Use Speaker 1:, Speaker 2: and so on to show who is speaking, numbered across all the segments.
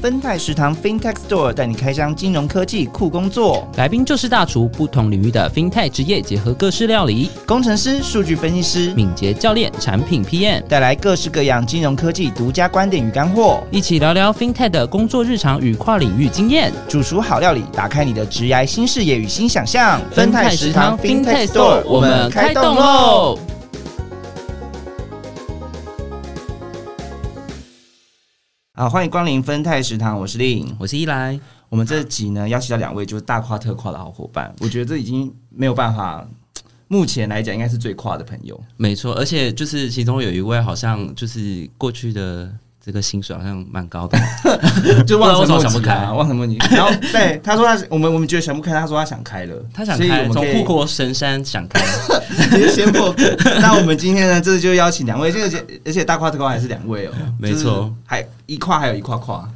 Speaker 1: 芬泰食堂 FinTech Store 带你开箱金融科技酷工作，
Speaker 2: 来宾就是大厨，不同领域的 FinTech 职业结合各式料理，
Speaker 1: 工程师、数据分析师，
Speaker 2: 敏捷教练、产品 PM，
Speaker 1: 带来各式各样金融科技独家观点与干货。
Speaker 2: 一起聊聊 FinTech 的工作日常与跨领域经验。
Speaker 1: 煮熟好料理，打开你的职涯新视野与新想象。
Speaker 2: 芬泰食堂 FinTech Store，我们开动！喽！
Speaker 1: 好，欢迎光临芬泰食堂，我是令。
Speaker 2: 我是一来，
Speaker 1: 我们这集呢，邀请到两位就是大跨特跨的好伙伴，我觉得这已经没有办法，目前来讲应该是最跨的朋友。
Speaker 3: 没错，而且就是其中有一位好像就是过去的这个薪水好像蛮 高的，
Speaker 1: 就
Speaker 3: 不知道
Speaker 1: 望
Speaker 3: 为
Speaker 1: 尘
Speaker 3: 什
Speaker 1: 莫
Speaker 3: 么想不
Speaker 1: 及啊，
Speaker 3: 开
Speaker 1: 望尘莫及。然后对他说他，我们我们觉得想不开，他说他想开了，
Speaker 3: 他想
Speaker 1: 所以
Speaker 3: 开
Speaker 1: 我们
Speaker 3: 从
Speaker 1: 可
Speaker 3: 富
Speaker 1: 以
Speaker 3: 国神山想开，
Speaker 1: 直接先破。那我们今天呢，这就邀请两位，这个而且大跨特跨还是两位哦，
Speaker 3: 没错，
Speaker 1: 还一跨还有一跨 跨，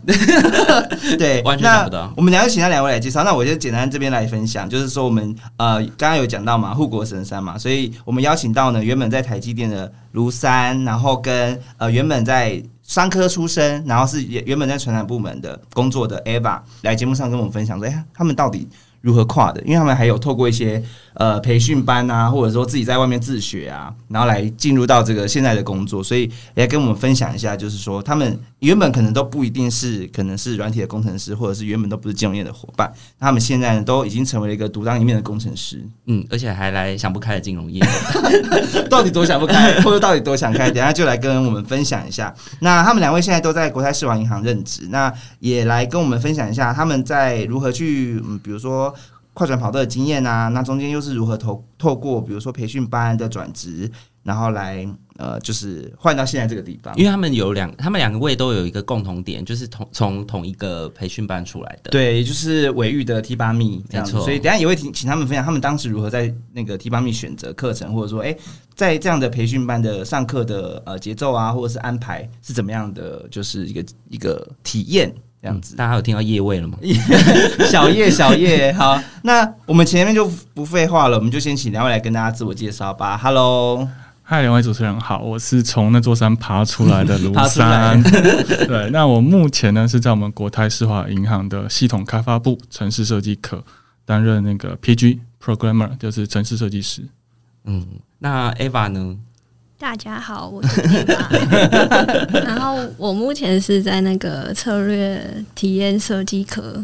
Speaker 1: 对，
Speaker 3: 完全想不到
Speaker 1: 那我们要请那两位来介绍，那我就简单这边来分享，就是说我们呃刚刚有讲到嘛，护国神山嘛，所以我们邀请到呢原本在台积电的卢山，然后跟呃原本在。商科出身，然后是原原本在传染部门的工作的 Eva 来节目上跟我们分享说，哎、他们到底如何跨的？因为他们还有透过一些呃培训班啊，或者说自己在外面自学啊，然后来进入到这个现在的工作，所以来跟我们分享一下，就是说他们原本可能都不一定是可能是软体的工程师，或者是原本都不是金融业的伙伴，他们现在呢都已经成为了一个独当一面的工程师，
Speaker 3: 嗯，而且还来想不开的 金融业，
Speaker 2: 嗯
Speaker 1: 到底多想不开，或者到底多想开，等一下就来跟我们分享一下。那他们两位现在都在国泰世华银行任职，那也来跟我们分享一下他们在如何去，嗯，比如说。快转跑道的经验啊，那中间又是如何透透过比如说培训班的转职，然后来呃就是换到现在这个地方？
Speaker 3: 因为他们有两，他们两位都有一个共同点，就是同从同一个培训班出来的，
Speaker 1: 对，就是尾域的 T 八密这样子，
Speaker 3: 没错
Speaker 1: 所以等一下也会请请他们分享他们当时如何在那个 T 八密选择课程，或者说哎、诶在这样的培训班的上课的呃节奏啊，或者是安排是怎么样的，就是一个一个体验这样子。
Speaker 3: 嗯大家有听到叶味了吗？
Speaker 1: 小叶，小 叶，好，那我们前面就不废话了，我们就先请两位来跟大家自我介绍吧。Hello，
Speaker 4: 嗨，两位主持人好，我是从那座山爬出来 的卢
Speaker 1: 爬出来
Speaker 4: 山。 对，那我目前呢是在我们国泰世华银行的系统开发部城市设计科担任那个 PG programmer，就是城市设计师。
Speaker 3: 嗯，那 Eva 呢？
Speaker 5: 大家好，我是 Eva。然后我目前是在那个策略体验设计科，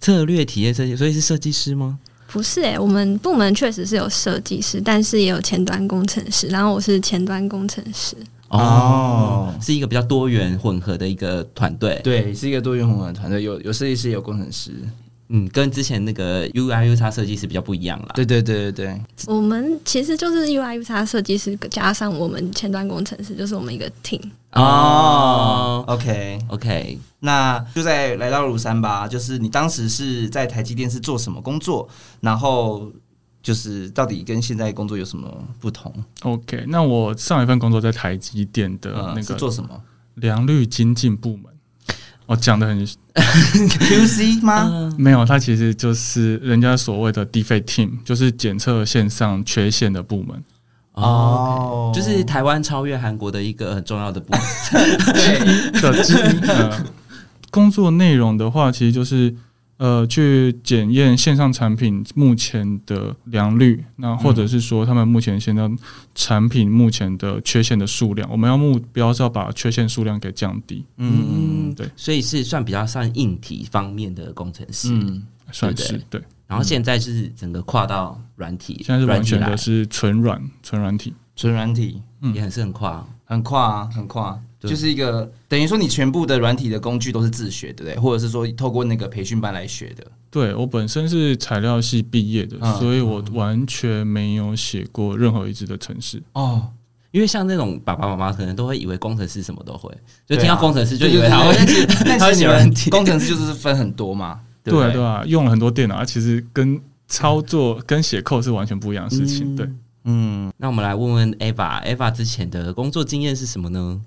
Speaker 3: 策略体验设计，所以是设计师吗？
Speaker 5: 不是哎诶、我们部门确实是有设计师，但是也有前端工程师。然后我是前端工程师，
Speaker 1: 哦
Speaker 3: 啊是一个比较多元混合的一个团队，
Speaker 1: 对，是一个多元红的团队，有有设计师，有工程师。
Speaker 3: 嗯，跟之前那个 UI U x 设计师比较不一样啦。
Speaker 1: 对对对对对，
Speaker 5: 我们其实就是 UI UX 设计师加上我们前端工程师，就是我们一个 team。
Speaker 1: 哦，OK，
Speaker 3: OK，
Speaker 1: 那就再来到庐山吧，就是你当时是在台积电是做什么工作？然后就是到底跟现在工作有什么不同？
Speaker 4: OK，那我上一份工作在台积电的
Speaker 1: 呃，
Speaker 4: 那
Speaker 1: 是
Speaker 4: 个
Speaker 1: 做什么
Speaker 4: 良率精进部门。我讲的很
Speaker 1: ？QC 吗？
Speaker 4: 没有，它其实就是人家所谓的低费 team，就是检测线上缺陷的部门。
Speaker 1: 呃
Speaker 3: 哦，就是台湾超越韩国的一个很重要的部分。
Speaker 1: 对，
Speaker 4: 的之一。呃， 工作内容的话，其实就是呃去检验线上产品目前的良率，那或者是说他们目前线上产品目前的缺陷的数量，我们要目标是要把缺陷数量给降低，
Speaker 1: 嗯
Speaker 3: 嗯，
Speaker 4: 对，
Speaker 3: 所以是算比较算硬体方面的工程师，
Speaker 1: 嗯，
Speaker 4: 算是对。
Speaker 3: 然后现在是整个跨到软体，
Speaker 4: 现在是完全
Speaker 3: 软
Speaker 4: 的
Speaker 3: 体
Speaker 4: 是纯软纯软体，
Speaker 1: 纯软体
Speaker 3: 来也很是很跨。
Speaker 1: 很跨啊，很跨。
Speaker 3: 对
Speaker 1: 就是一个等于说你全部的软体的工具都是自学，对不对？或者是说透过那个培训班来学的？
Speaker 4: 对我本身是材料系毕业的，
Speaker 1: 嗯
Speaker 4: 所以我完全没有写过任何一支的程式。
Speaker 1: 哦，
Speaker 3: 因为像那种爸爸妈妈可能都会以为工程师什么都会，就
Speaker 1: 对啊
Speaker 3: 听到工程师就以为他会
Speaker 1: 对 对对但是
Speaker 3: 他会
Speaker 1: 你
Speaker 3: 写
Speaker 1: 们
Speaker 3: 软体
Speaker 1: 工程师就是分很多嘛，对嗯不
Speaker 4: 啊，对啊，用了很多电脑，啊其实跟操作跟写扣是完全不一样的事情。对，
Speaker 1: 嗯，
Speaker 3: 那我们来问问 Eva，Eva 之前的工作经验是什么呢？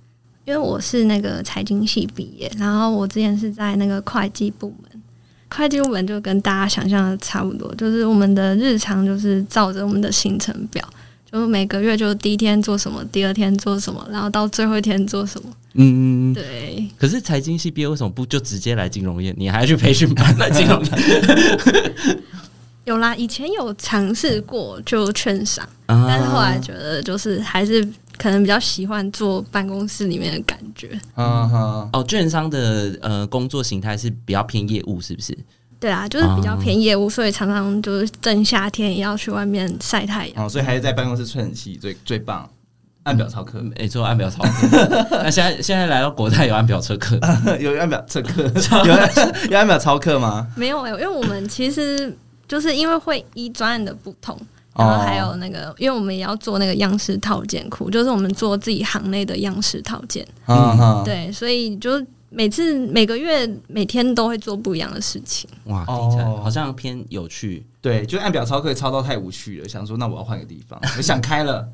Speaker 5: 因为我是那个财经系毕业，然后我之前是在那个会计部门，会计部门就跟大家想象的差不多，就是我们的日常就是照着我们的行程表，就每个月就第一天做什么，第二天做什么，然后到最后一天做什么。
Speaker 3: 嗯，
Speaker 5: 对，
Speaker 3: 可是财经系毕业为什么不就直接来金融业？你还要去培训班来金融业
Speaker 5: 有啦，以前有尝试过就券商，
Speaker 3: 啊
Speaker 5: 但是后来觉得就是还是可能比较喜欢坐办公室里面的感觉。
Speaker 4: 啊
Speaker 1: 嗯
Speaker 4: 哈，
Speaker 3: 哦，券商的呃工作形态是比较偏业务，是不是？
Speaker 5: 对啊，就是比较偏业务，所以常常就是正夏天也要去外面晒太阳。
Speaker 1: 哦，所以还是在办公室吹冷气最最棒，按表操课，
Speaker 3: 没错，按表操课。 那现在现在来到国泰有按表车课，
Speaker 1: 有按表操课，有按有按表操课 吗？
Speaker 5: 没有哎、因为我们其实就是因为会依专案的不同，然后还有那个，因为我们也要做那个样式套件库，就是我们做自己行内的样式套件。
Speaker 1: 啊
Speaker 3: 哦
Speaker 1: 哈，
Speaker 5: 对，所以就每次每个月每天都会做不一样的事情。
Speaker 3: 哇，听起来
Speaker 1: 哦
Speaker 3: 好像偏有趣。
Speaker 1: 对，就按表操课操到太无趣了，想说那我要换个地 方，我想开了。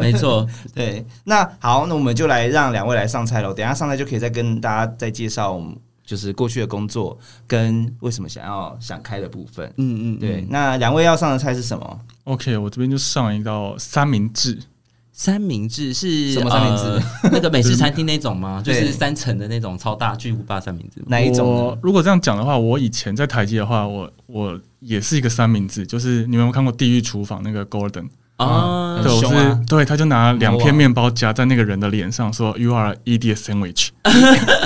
Speaker 3: 没错，
Speaker 1: 对，那好，那我们就来让两位来上菜喽。等一下上菜就可以再跟大家再介绍我们就是过去的工作跟为什么想要想开的部分。
Speaker 3: 嗯嗯，
Speaker 1: 对，
Speaker 3: 对，
Speaker 1: 那两位要上的菜是什么？
Speaker 4: OK，我这边就上一道三明治，
Speaker 3: 三明治是
Speaker 1: 什么三明治
Speaker 3: 呃那个美式餐厅那种 吗？就
Speaker 1: 对
Speaker 3: 是三层的那种超大巨无霸三明治吗？
Speaker 1: 哪一种
Speaker 4: 我
Speaker 1: 呢？
Speaker 4: 如果这样讲的话，我以前在台积的话，我我也是一个三明治，就是你们有没有看过《地狱厨房》那个 Gordon？
Speaker 3: 啊
Speaker 1: 很
Speaker 4: 对，我
Speaker 1: 凶啊
Speaker 4: 是对，他就拿两
Speaker 1: 哇
Speaker 4: 片面包夹在那个人的脸上，说 “You are an idiot sandwich”，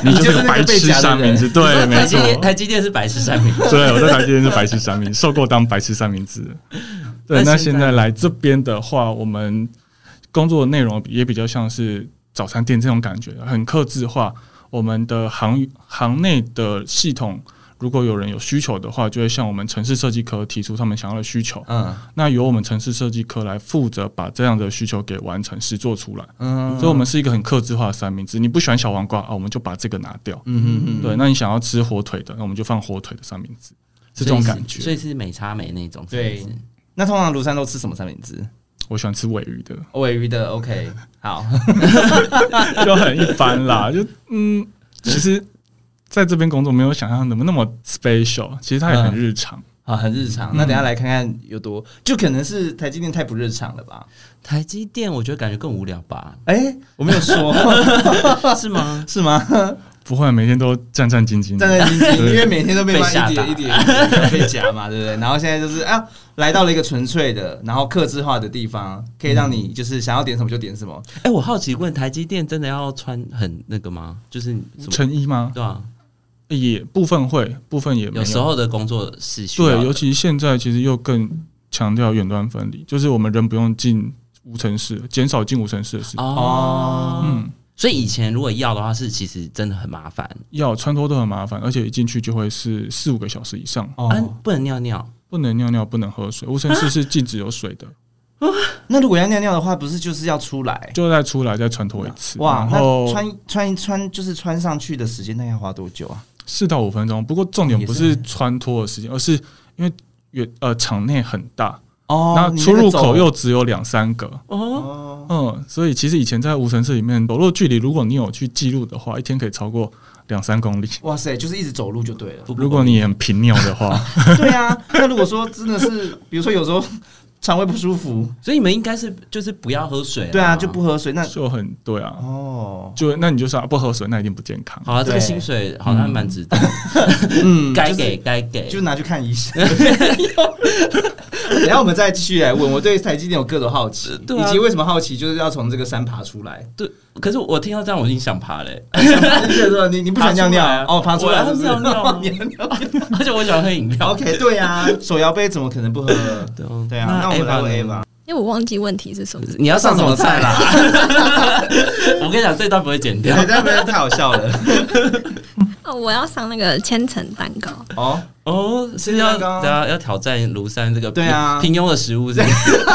Speaker 4: 你 就是个白痴三明治。对，没
Speaker 3: 台积
Speaker 4: 错，
Speaker 3: 电，台积电是百事三明治。
Speaker 4: 对，我在台积电是白痴三明，受过当白痴三 明治的。对，
Speaker 3: 那
Speaker 4: 那
Speaker 3: 现
Speaker 4: 现
Speaker 3: 在
Speaker 4: 在来这边的话，我们工作内容也比较像是早餐店这种感觉，很克制化。我们的行行内的系统，如果有人有需求的话，就会向我们城市设计科提出他们想要的需求。
Speaker 3: 啊
Speaker 1: 嗯
Speaker 4: 那由我们城市设计科来负责把这样的需求给完成实做出来。
Speaker 1: 嗯
Speaker 4: 所以，我们是一个很克制化的三明治。你不喜欢小黄瓜啊，我们就把这个拿掉。
Speaker 1: 嗯嗯
Speaker 4: 对，那你想要吃火腿的，那我们就放火腿的三明治，是这种感觉。
Speaker 3: 所以是美差美那种。
Speaker 1: 对
Speaker 3: 是不是
Speaker 1: 那通常庐山都吃什么三明治？
Speaker 4: 我喜欢吃尾鱼的，
Speaker 1: 尾鱼的 OK，好，
Speaker 4: 就很一般啦。就嗯，其实在这边工作没有想象那么那么 special，其实它
Speaker 3: 嗯
Speaker 4: 也很日常。
Speaker 1: 好，啊很日常。那等一下来看看有多，就可能是台积电太不日常了吧？
Speaker 3: 台积电，我觉得感觉更无聊吧？
Speaker 1: 哎，我没有 说
Speaker 3: 是吗？
Speaker 1: 是吗？
Speaker 4: 不会，每天都战战兢兢
Speaker 1: 战
Speaker 4: 的。
Speaker 1: 战兢兢，因为每天都被
Speaker 3: 被
Speaker 1: 骂一
Speaker 3: 吓
Speaker 1: 点
Speaker 3: 打
Speaker 1: 一点一点被夹嘛，对不对？然后现在就是啊，来到了一个纯粹的，然后克制化的地方，可以让你就是想要点什么就点什么。
Speaker 3: 哎、我好奇问，台积电真的要穿很那个吗？就是什么？
Speaker 4: 成衣吗？
Speaker 3: 对啊，
Speaker 4: 也部分会，部分也没
Speaker 3: 有时候的工作是需要的
Speaker 4: 对，尤其现在其实又更强调远端分离，就是我们人不用进无尘室，减少进无尘室的
Speaker 3: 啊
Speaker 4: 时间。
Speaker 3: 哦，
Speaker 4: 嗯，
Speaker 3: 所以以前如果要的话，是其实真的很麻烦。
Speaker 4: 要穿脱都很麻烦，而且一进去就会是四五个小时以上，
Speaker 1: 哦
Speaker 3: 啊，不能尿尿，
Speaker 4: 不能尿尿，不能喝水，无尘
Speaker 1: 啊
Speaker 4: 室是禁止有水的。
Speaker 1: 那如果要尿尿的话，不是就是要出来？
Speaker 4: 就再出来再穿脱一次。
Speaker 1: 哇
Speaker 4: 然，后
Speaker 1: 那穿穿穿就是穿上去的时间大概要花多久啊？
Speaker 4: 四到五分钟。不过重点不
Speaker 1: 哦也
Speaker 4: 是
Speaker 1: 是
Speaker 4: 穿脱的时间，而是因为远呃场内很大，
Speaker 1: 哦
Speaker 4: 那
Speaker 1: 你
Speaker 4: 出
Speaker 1: 个
Speaker 4: 入
Speaker 1: 走
Speaker 4: 口又只有两三个。
Speaker 1: 哦，
Speaker 4: 嗯，所以其实以前在无尘室里面走路距离，如果你有去记录的话，一天可以超过两三公里。
Speaker 1: 哇塞，就是一直走路就对了。
Speaker 4: 如果你很频尿的话，
Speaker 1: 对啊，那如果说真的是，比如说有时候肠胃不舒服，
Speaker 3: 所以你们应该是就是不要喝水，
Speaker 1: 对啊，就不。喝水，那
Speaker 4: 就很对啊，
Speaker 1: 哦，
Speaker 4: 就那你就是、啊、不喝水，那一定不健康。
Speaker 3: 好啊了，这个
Speaker 1: 对
Speaker 3: 薪水好像蛮值得，
Speaker 1: 嗯
Speaker 3: 该
Speaker 1: 就是
Speaker 3: 给该给。
Speaker 1: 就拿去看医 生。然后我们再继续来问，我对台积电有各种好奇，
Speaker 3: 对啊
Speaker 1: 以及为什么好奇，就是要从这个山爬出来。
Speaker 3: 对，可是我听到这样，我已经想欸爬嘞、
Speaker 1: 就是说你你不想尿尿
Speaker 3: 爬出来啊
Speaker 1: 哦，爬出来是不是？
Speaker 3: 我要尿尿
Speaker 1: 你要 尿
Speaker 3: 而且我喜欢喝饮料。
Speaker 1: OK，对呀，手摇杯怎么可能不喝？
Speaker 3: 对
Speaker 1: 对啊，那我们来问 A 吧。
Speaker 5: 因为我忘记问题是什么。
Speaker 3: 你要上什么菜啦？
Speaker 1: 啦？
Speaker 3: 我跟你讲，这段不会剪掉
Speaker 1: 对，。这边太好笑了。
Speaker 5: 哦，我要上那个千层蛋糕。
Speaker 1: 哦，
Speaker 3: 哦，是要
Speaker 1: 是那个啊
Speaker 3: 大家要挑战庐山这个
Speaker 1: 对啊
Speaker 3: 平平庸的食物是不是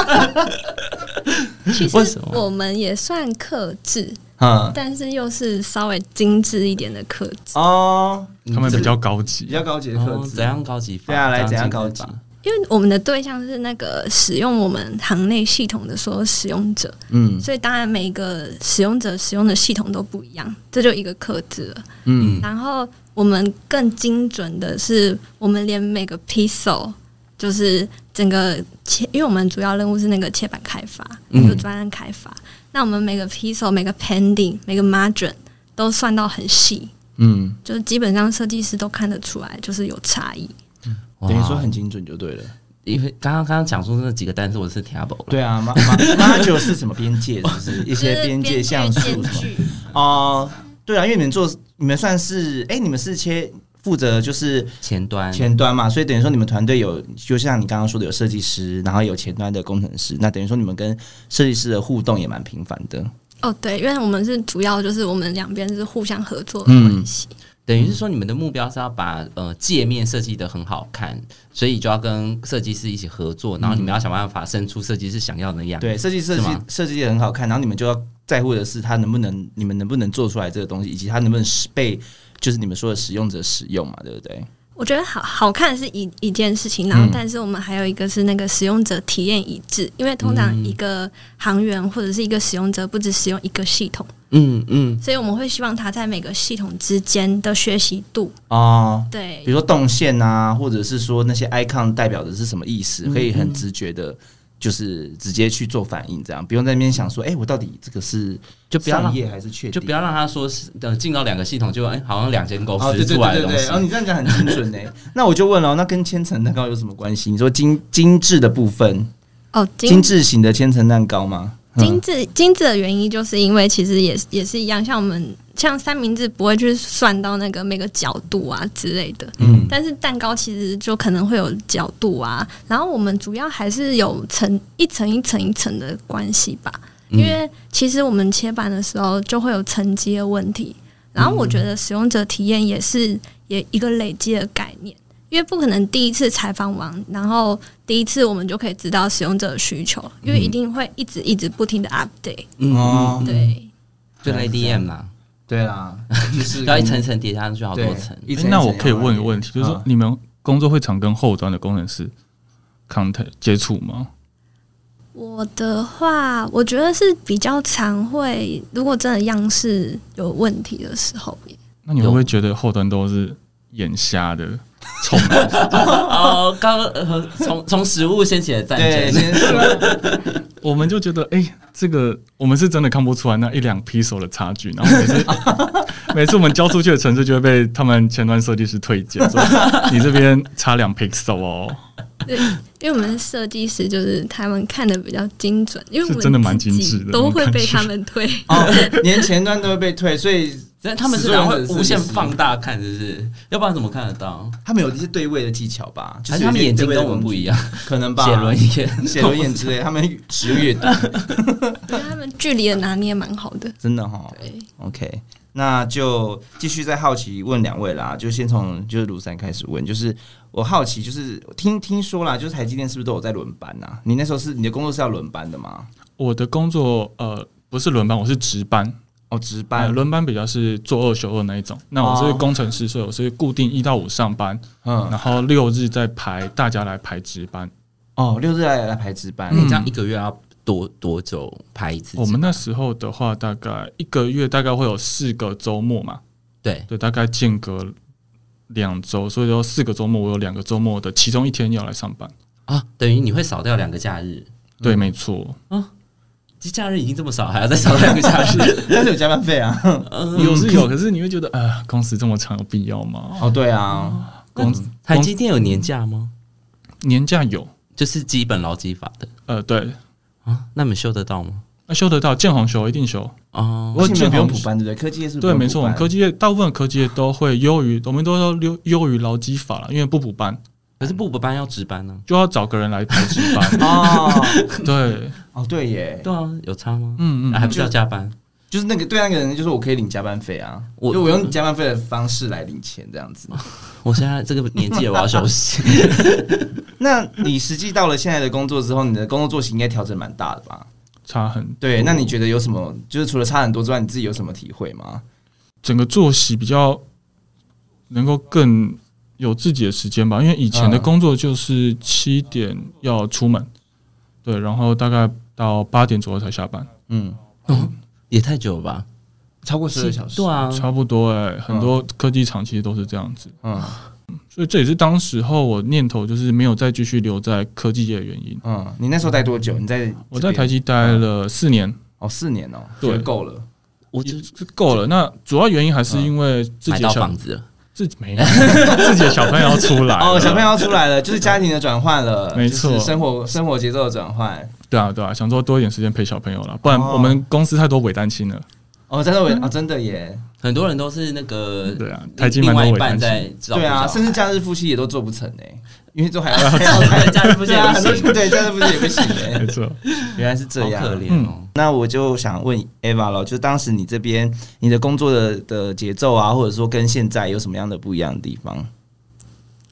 Speaker 5: 其
Speaker 3: 为什
Speaker 5: 实
Speaker 3: 么
Speaker 5: 我们也算克制，
Speaker 1: 嗯，
Speaker 5: 但是又是稍微精致一点的克制。
Speaker 1: 哦，
Speaker 4: 他们比较高
Speaker 1: 比
Speaker 4: 级，
Speaker 1: 较高级的特
Speaker 3: 哦
Speaker 1: 质
Speaker 3: 怎。样高级法？
Speaker 1: 对啊来怎样
Speaker 3: 精
Speaker 1: 高
Speaker 3: 致
Speaker 1: 级
Speaker 3: 法
Speaker 5: 因为我们的对象是那个使用我们行内系统的所有使用者，
Speaker 1: 嗯
Speaker 5: 所以当然每一个使用者使用的系统都不一样，这就一个克制了。
Speaker 1: 嗯，
Speaker 5: 然后我们更精准的是，我们连每个 pixel 就是整个切，因为我们主要任务是那个切板开发，
Speaker 3: 嗯
Speaker 5: 就专案开发。那我们每个 piece、每个 pending、每个 margin 都算到很细，
Speaker 4: 嗯，
Speaker 5: 就是基本上设计师都看得出来，就是有差异。
Speaker 1: 等于说很精准就对了。
Speaker 3: 嗯因为刚刚刚刚讲出那几个单词，我是听不懂。
Speaker 1: 对啊，马马马九是什么边 界？是不是一些边界像素什
Speaker 5: 间
Speaker 1: 么？
Speaker 5: 距，
Speaker 1: 哦、对啊，因为你们做，你们算是，哎、你们是切负责就是
Speaker 3: 前端
Speaker 1: 前端嘛，所以等于说你们团队有，就像你刚刚说的，有设计师，然后有前端的工程师，那等于说你们跟设计师的互动也蛮频繁的。
Speaker 5: 哦，对，因为我们是主要就是我们两边是互相合作的
Speaker 1: 嗯
Speaker 5: 关系，
Speaker 3: 等于是说，你们的目标是要把呃界面设计的很好看，所以就要跟设计师一起合作，然后你们要想办法生出设计师想要的样子。
Speaker 1: 对，设计设
Speaker 3: 是
Speaker 1: 计
Speaker 3: 吗
Speaker 1: 设计也很好看，然后你们就要在乎的是它能不能，你们能不能做出来这个东西，以及它能不能使被就是你们说的使用者使用嘛，对不对？
Speaker 5: 我觉得好好看是一一件事情，然后
Speaker 1: 嗯
Speaker 5: 但是我们还有一个是那个使用者体验一致，因为通
Speaker 1: 嗯
Speaker 5: 常一个航员或者是一个使用者不只使用一个系统，
Speaker 3: 嗯嗯，
Speaker 5: 所以我们会希望他在每个系统之间的学习度，
Speaker 1: 哦、比
Speaker 5: 对
Speaker 1: 如说动线啊，或者是说那些 icon 代表的是什么意
Speaker 3: 嗯
Speaker 1: 思，可以很直觉的，就是直接去做反应，这样不用在那边想说，哎、我到底这个是
Speaker 3: 就不要
Speaker 1: 上
Speaker 3: 让
Speaker 1: 页还是确定，
Speaker 3: 就不要让他说是呃进到两个系统就哎、好像两间公
Speaker 1: 哦，对
Speaker 3: 司
Speaker 1: 对
Speaker 3: 出来
Speaker 1: 对
Speaker 3: 的
Speaker 1: 对
Speaker 3: 东
Speaker 1: 对，
Speaker 3: 西。
Speaker 1: 哦，你这样讲很精准呢。欸那我就问了，那跟千层蛋糕有什么关系？你说精精致的部分，
Speaker 5: 哦，
Speaker 1: 精致嗯型的千层蛋糕吗？
Speaker 5: 精致精致的原因，就是因为其实也是也是一样，像我们像三明治不会去算到那个每个角度啊之类的，
Speaker 1: 嗯
Speaker 5: 但是蛋糕其实就可能会有角度啊，然后我们主要还是有层一层一层一层的关系吧，
Speaker 3: 嗯
Speaker 5: 因为其实我们切板的时候就会有层级的问题，然后我觉得使用者体验也是也一个累积的概念。因为不可能第一次采访完，然后第一次我们就可以知道使用者的需求，因为一定会一直一直不停的 update，、
Speaker 3: 嗯
Speaker 1: 哦
Speaker 3: 嗯，
Speaker 5: 对，
Speaker 3: 就 ADM 啦，
Speaker 1: 对啦，就是
Speaker 3: 要一层层叠上去，好
Speaker 1: 对
Speaker 3: 多层。
Speaker 1: 一层一
Speaker 4: 诶
Speaker 1: 层嗯
Speaker 4: 那我可以问一个问题，
Speaker 1: 要
Speaker 4: 就是说你们工作会常跟后端的工程师 contact 接触吗？
Speaker 5: 我的话，我觉得是比较常会，如果真的样式有问题的时候，
Speaker 4: 那你会不会觉得后端都是眼 瞎的？冲啊
Speaker 3: 哦，刚呃从从食物掀起了战
Speaker 1: 对，
Speaker 3: 争。
Speaker 1: 先说
Speaker 4: 我们就觉得，哎、这个我们是真的看不出来那一两 p i 的差距。然后每 次每次我们交出去的程式就会被他们前端设计师推荐，说你这边差两 pixel 哦。
Speaker 5: 因为我们设计师就是他们看的比较精准，因为我们
Speaker 4: 是真的蛮精致的
Speaker 5: 自己都会被他们推。
Speaker 1: 哦，连前端都会被退，所以
Speaker 3: 但他们是然会无限放大看，是不是？要不然怎么看得到？
Speaker 1: 他们有一些对位的技巧吧，就
Speaker 3: 还
Speaker 1: 是
Speaker 3: 是他们眼睛跟我们
Speaker 1: 有
Speaker 3: 不
Speaker 1: 一
Speaker 3: 一
Speaker 1: 些
Speaker 3: 样，
Speaker 1: 对位的工具，可能吧，
Speaker 3: 写轮 眼，
Speaker 1: 写轮眼之类，他们使用阅读，
Speaker 5: 我觉得他们距离的拿捏蛮好的。
Speaker 1: 真的哈。
Speaker 5: 对，
Speaker 1: OK，那就继续再好奇问两位啦，就先从就是卢三开始问，就是我好奇，就是听听说啦，就是台积电是不是都有在轮班啊？你那时候是你的工作是要轮班的吗？
Speaker 4: 我的工作呃不是轮班，我是值班。
Speaker 1: 哦，值班
Speaker 4: 呃，，轮班比较是做二休二那一种。那我是
Speaker 1: 哦
Speaker 4: 工程师，所以我是固定一到五上班，
Speaker 1: 嗯，
Speaker 4: 然后六日再排大家来排值班。
Speaker 1: 哦，六日来来排值班，
Speaker 3: 你这样一个月要多多久拍一次？
Speaker 4: 我们那时候的话，大概一个月大概会有四个周末嘛，
Speaker 3: 对，
Speaker 4: 对，大概间隔两周，所以说四个周末我有两个周末的其中一天要来上班。
Speaker 3: 啊，等于你会少掉两个假日，
Speaker 1: 嗯
Speaker 4: 对，没错，
Speaker 3: 其实假日已经这么少，还要再少两个 假日。
Speaker 1: 但是有加班费啊。
Speaker 4: 有是呃有，可是你会觉得，呃，工时这么长有必要吗？
Speaker 1: 哦，对啊，
Speaker 4: 工
Speaker 3: 台积电有年假吗？
Speaker 4: 年假有，
Speaker 3: 就是基本劳基法的
Speaker 4: 呃，对，
Speaker 3: 啊，那你们休得到吗？
Speaker 4: 那休得到，建行休一定休。
Speaker 3: 哦，
Speaker 1: 而且你们不用
Speaker 4: 建行
Speaker 1: 补班，对不对？科技业是不是
Speaker 4: 对，
Speaker 1: 不用
Speaker 4: 没错，
Speaker 1: 补
Speaker 4: 我
Speaker 1: 班。
Speaker 4: 们科技业大部分科技业都会优于，我们都要优优于劳基法了，因为不补班
Speaker 3: 可是不补班要值班呢。
Speaker 4: 就要找个人来排值班
Speaker 1: 哦
Speaker 4: 对，
Speaker 1: 哦，对耶，
Speaker 3: 对啊，有差吗？
Speaker 4: 嗯
Speaker 3: 啊还
Speaker 4: 嗯，
Speaker 3: 不是要加班？
Speaker 1: 就是那个对那个人，就是我可以领加班费啊，
Speaker 3: 我
Speaker 1: 就我用加班费的方式来领钱这样子。
Speaker 3: 我现在这个年纪了，我要休息。
Speaker 1: 那你实际到了现在的工作之后，你的工作作息应该调整蛮大的吧？
Speaker 4: 差很多
Speaker 1: 对，那你觉得有什么？就是除了差很多之外，你自己有什么体会吗？
Speaker 4: 整个作息比较能够更有自己的时间吧，因为以前的
Speaker 1: 嗯
Speaker 4: 工作就是七点要出门，对，然后大概到八点左右才下班，
Speaker 1: 嗯，
Speaker 3: 也太久了吧？
Speaker 1: 超过
Speaker 3: 对啊，
Speaker 4: 欸差不多哎、很多科技厂其实都是这样子，
Speaker 1: 嗯，
Speaker 4: 所以这也是当时候我念头就是没有再继续留在科技业的原因。
Speaker 1: 嗯，你那时候待多久？你在
Speaker 4: 我在台积待了四年，
Speaker 1: 哦四年哦，
Speaker 4: 对
Speaker 1: 学够了。
Speaker 3: 我
Speaker 4: 也
Speaker 3: 就是
Speaker 4: 够了。那主要原因还是因为自
Speaker 3: 买
Speaker 4: 己
Speaker 3: 到
Speaker 4: 的小
Speaker 3: 房子了，
Speaker 4: 自己没有 自己的小朋友要出来了
Speaker 1: 哦，小朋友要出来了，就是家庭的转换了，
Speaker 4: 没错
Speaker 1: 就是生活生活节奏的转换。
Speaker 4: 对啊对啊，想说多一点时间陪小朋友了，不然
Speaker 1: 哦
Speaker 4: 我们公司太多伪单亲了。
Speaker 1: 哦，真的我哦，真的耶，
Speaker 3: 很多人都是那个
Speaker 4: 对啊
Speaker 3: 另
Speaker 4: 台积蛮
Speaker 3: 另
Speaker 4: 多
Speaker 3: 外一
Speaker 4: 伪
Speaker 3: 半
Speaker 4: 单亲
Speaker 3: 在照顾
Speaker 1: 对啊，
Speaker 3: 小
Speaker 1: 甚至
Speaker 3: 孩
Speaker 1: 假日夫妻也都做不成哎，因为都还要
Speaker 3: 对假日夫妻
Speaker 1: 对
Speaker 3: 也
Speaker 1: 啊，
Speaker 3: 不
Speaker 1: 很多
Speaker 3: 行，
Speaker 1: 对假日夫妻也不行哎
Speaker 4: 没， 错，
Speaker 1: 原来是这
Speaker 3: 好
Speaker 1: 样，
Speaker 3: 可怜哦。
Speaker 1: 那我就想问 Eva 了，就当时你这边你的工作的的节奏啊，或者说跟现在有什么样的不一样的地方？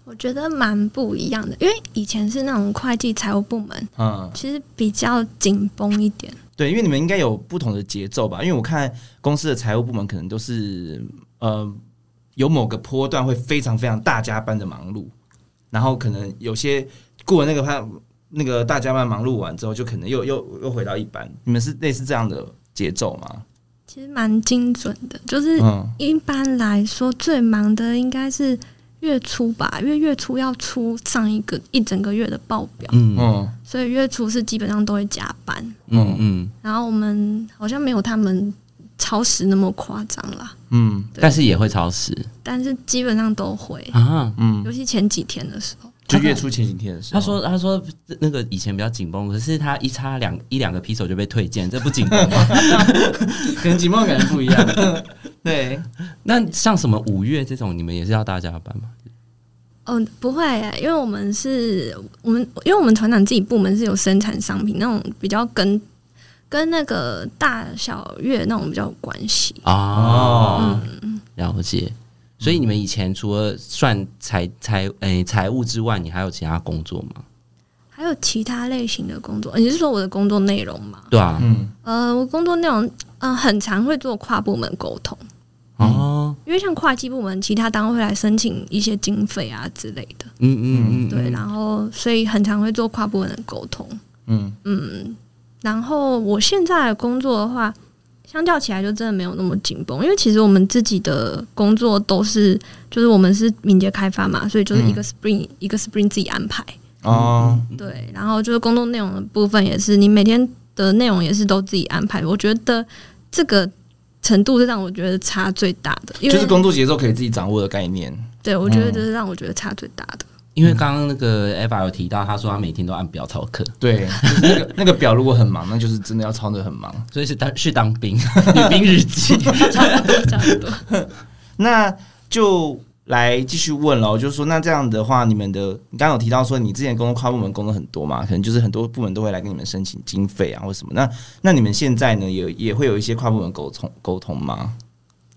Speaker 5: 我觉得蛮不一样的，因为以前是那种会计财务部门，
Speaker 1: 嗯，
Speaker 5: 其实比较紧绷一点。
Speaker 1: 对，因为你们应该有不同的节奏吧？因为我看公司的财务部门可能都是呃有某个波段会非常非常大加班的忙碌，然后可能有些过了那个他那个大加班忙碌完之后，就可能又又又回到一般。你们是类似这样的节奏吗？
Speaker 5: 其实蛮精准的，就是
Speaker 1: 嗯，
Speaker 5: 一般来说最忙的应该是月初吧，因为月初要出上一个一整个月的报表，
Speaker 3: 嗯
Speaker 1: 嗯
Speaker 5: 所以月初是基本上都会加班。
Speaker 3: 嗯嗯，
Speaker 5: 然后我们好像没有他们超时那么夸张啦，
Speaker 1: 嗯
Speaker 5: 对
Speaker 3: 但是也会超时
Speaker 5: 但是基本上都会，
Speaker 3: 啊。
Speaker 1: 嗯，
Speaker 5: 尤其前几天的时候。
Speaker 1: 就月初前几天的时候，
Speaker 3: 他说：“他说那个以前比较紧绷，可是他一插两一两个劈手就被推荐，这不紧绷吗？
Speaker 1: 可能紧绷感不一样。 对，
Speaker 3: 那像什么五月这种，你们也是要大加班吗？
Speaker 5: 嗯、不会、因为我们是我们，因为我们团长自己部门是有生产商品那种比较跟跟那个大小月那种比较有关系。
Speaker 3: 哦，
Speaker 5: 嗯
Speaker 3: 了解。所以你
Speaker 1: 嗯
Speaker 3: 们以前除了算财财诶财务之外，你还有其他工作吗？
Speaker 5: 还有其他类型的工作，你是说我的工作内容吗？
Speaker 3: 对啊，
Speaker 1: 嗯，
Speaker 5: 呃，我工作内容，嗯、很常会做跨部门沟通，
Speaker 3: 哦，
Speaker 5: 因为像会计部门，其他单位会来申请一些经费啊之类的，
Speaker 3: 嗯嗯嗯，
Speaker 5: 对，
Speaker 3: 嗯
Speaker 5: 然后所以很常会做跨部门的沟通。
Speaker 1: 嗯
Speaker 5: 然后我现在的工作的话，相较起来就真的没有那么紧绷，因为其实我们自己的工作都是，就是我们是敏捷开发嘛，所以
Speaker 1: 嗯
Speaker 5: 就是一个 Spring、一个 Spring 自己安排，
Speaker 1: 哦，
Speaker 5: 对，然后就是工作内容的部分也是，你每天的内容也是都自己安排。我觉得这个程度是让我觉得差最大的，因
Speaker 1: 就
Speaker 5: 为
Speaker 1: 是工作节奏可以自己掌握的概念。
Speaker 5: 对我觉
Speaker 1: 嗯
Speaker 5: 得这是让我觉得差最大的。
Speaker 3: 因为刚刚那个 Eva 有提到，他说他每天都按表操课，
Speaker 1: 对， 就是那个那个表如果很忙，那就是真的要操的很忙。
Speaker 3: 所以是当去当兵， 女兵 日记。
Speaker 5: 差不多，差不多。
Speaker 1: 那就来继续问了，就是说，那这样的话，你们的你刚刚有提到说，你之前工作跨部门工作很多嘛，可能就是很多部门都会来跟你们申请经费啊，或什么。那那你们现在呢，也也会有一些跨部门沟通沟通吗？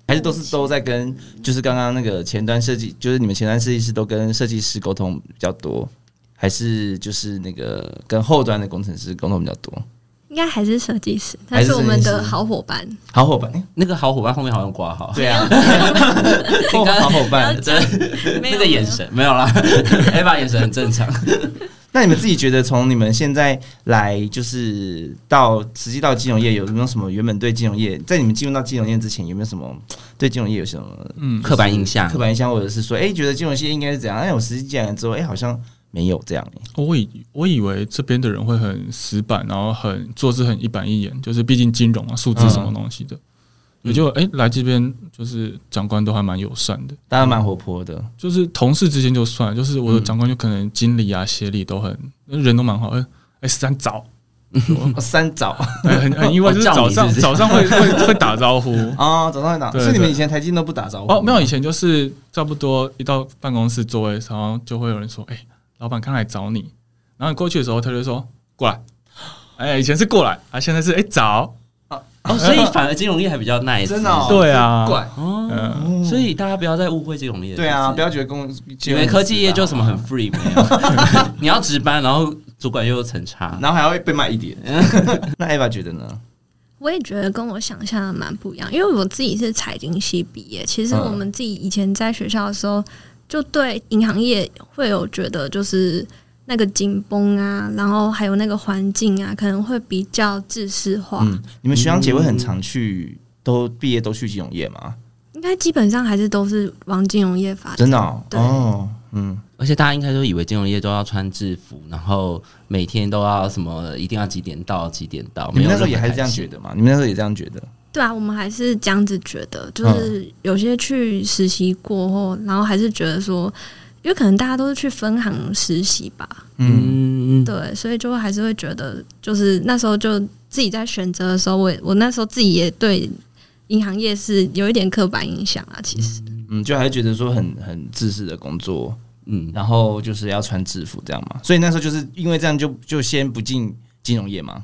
Speaker 1: 还是都是都在跟，就是刚刚那个前端设计，就是你们前端设计师都跟设计师沟通比较多，还是就是那个跟后端的工程师沟通比较多？
Speaker 5: 应该还是设计师，
Speaker 1: 还
Speaker 5: 他
Speaker 1: 是
Speaker 5: 是我们
Speaker 1: 设计
Speaker 5: 的
Speaker 1: 师
Speaker 5: 好伙伴。
Speaker 1: 好伙伴，
Speaker 3: 那个好伙伴后面好像挂 号，
Speaker 1: 对啊，
Speaker 3: 哦你刚
Speaker 1: 好伙伴，
Speaker 3: 真那
Speaker 5: 没有
Speaker 3: 个眼神没有啦 ，Eva 眼神很正 常。
Speaker 1: 那你们自己觉得，从你们现在来，就是到实际到金融业，有没有什么原本对金融业，在你们进入到金融业之前，有没有什么对金融业有什么
Speaker 4: 嗯，
Speaker 3: 刻板印象
Speaker 1: 刻，板印象，或者是说，哎、觉得金融业应该是怎样？哎，我实际进来之后，哎、好像没有这样、哎
Speaker 4: 我以我以为这边的人会很死板，然后很做事很一板一眼，就是毕竟金融啊、数字什么东西的。
Speaker 3: 嗯
Speaker 4: 也就哎、来这边就是长官都还蛮友善的，
Speaker 1: 大家蛮活泼的，
Speaker 4: 就是同事之间就算了，就是我的长官就可能经理啊、协理都很人都蛮好，哎、哎三早，
Speaker 1: 哦三早
Speaker 4: 哎很很意外，
Speaker 3: 哦
Speaker 4: 就是
Speaker 3: 叫
Speaker 4: 早
Speaker 3: 你
Speaker 4: 上
Speaker 3: 是不是
Speaker 4: 早上会会会打招呼
Speaker 1: 啊、早上会打，
Speaker 4: 对
Speaker 1: 所以你们
Speaker 4: 对
Speaker 1: 以前台积都不打招呼
Speaker 4: 哦，没有以前就是差不多一到办公室座位，然后就会有人说，哎、老板刚来找你，然后你过去的时候他就说过来，哎、以前是过来啊，现在是哎、早，
Speaker 3: 哦，所以反而金融业还比较 nice，
Speaker 1: 真的、哦，
Speaker 4: 对啊
Speaker 1: 怪，
Speaker 3: 哦
Speaker 4: 嗯
Speaker 3: 所以大家不要再误会金融业。
Speaker 1: 对啊，不
Speaker 3: 要。
Speaker 1: 要觉得公，
Speaker 3: 以为科技业就什么很 free 没有？你要值班，然后主管又很差。
Speaker 1: 然后还会被骂一点。那 Eva 觉得呢？
Speaker 5: 我也觉得跟我想象的蛮不一样，因为我自己是财经系毕业。其实
Speaker 1: 嗯
Speaker 5: 我们自己以前在学校的时候，就对银行业会有觉得就是那个紧绷啊，然后还有那个环境啊，可能会比较制式化。
Speaker 1: 嗯，你们学长姐会很常去，都毕业都去金融业吗？
Speaker 5: 应该基本上还是都是往金融业发展。
Speaker 1: 真的哦，
Speaker 5: 对
Speaker 1: 哦，嗯，
Speaker 3: 而且大家应该都以为金融业都要穿制服，然后每天都要什么一定要几点到几点到。
Speaker 1: 你们
Speaker 3: 没有
Speaker 1: 那时候
Speaker 3: 任何
Speaker 1: 也还是这样
Speaker 3: 弹性
Speaker 1: 觉得吗？你们那时候也这样觉得？
Speaker 5: 对啊，我们还是这样子觉得，
Speaker 1: 嗯
Speaker 5: 就是有些去实习过后，然后还是觉得说，因为可能大家都是去分行实习吧，
Speaker 1: 嗯，
Speaker 3: 嗯，
Speaker 5: 对，所以就还是会觉得，就是那时候就自己在选择的时候，我也我那时候自己也对银行业是有一点刻板印象啊，其实
Speaker 1: 嗯，就还是觉得说很很自私的工作，
Speaker 3: 嗯，
Speaker 1: 然后就是要穿制服这样嘛。所以那时候就是因为这样就就先不进金融业嘛。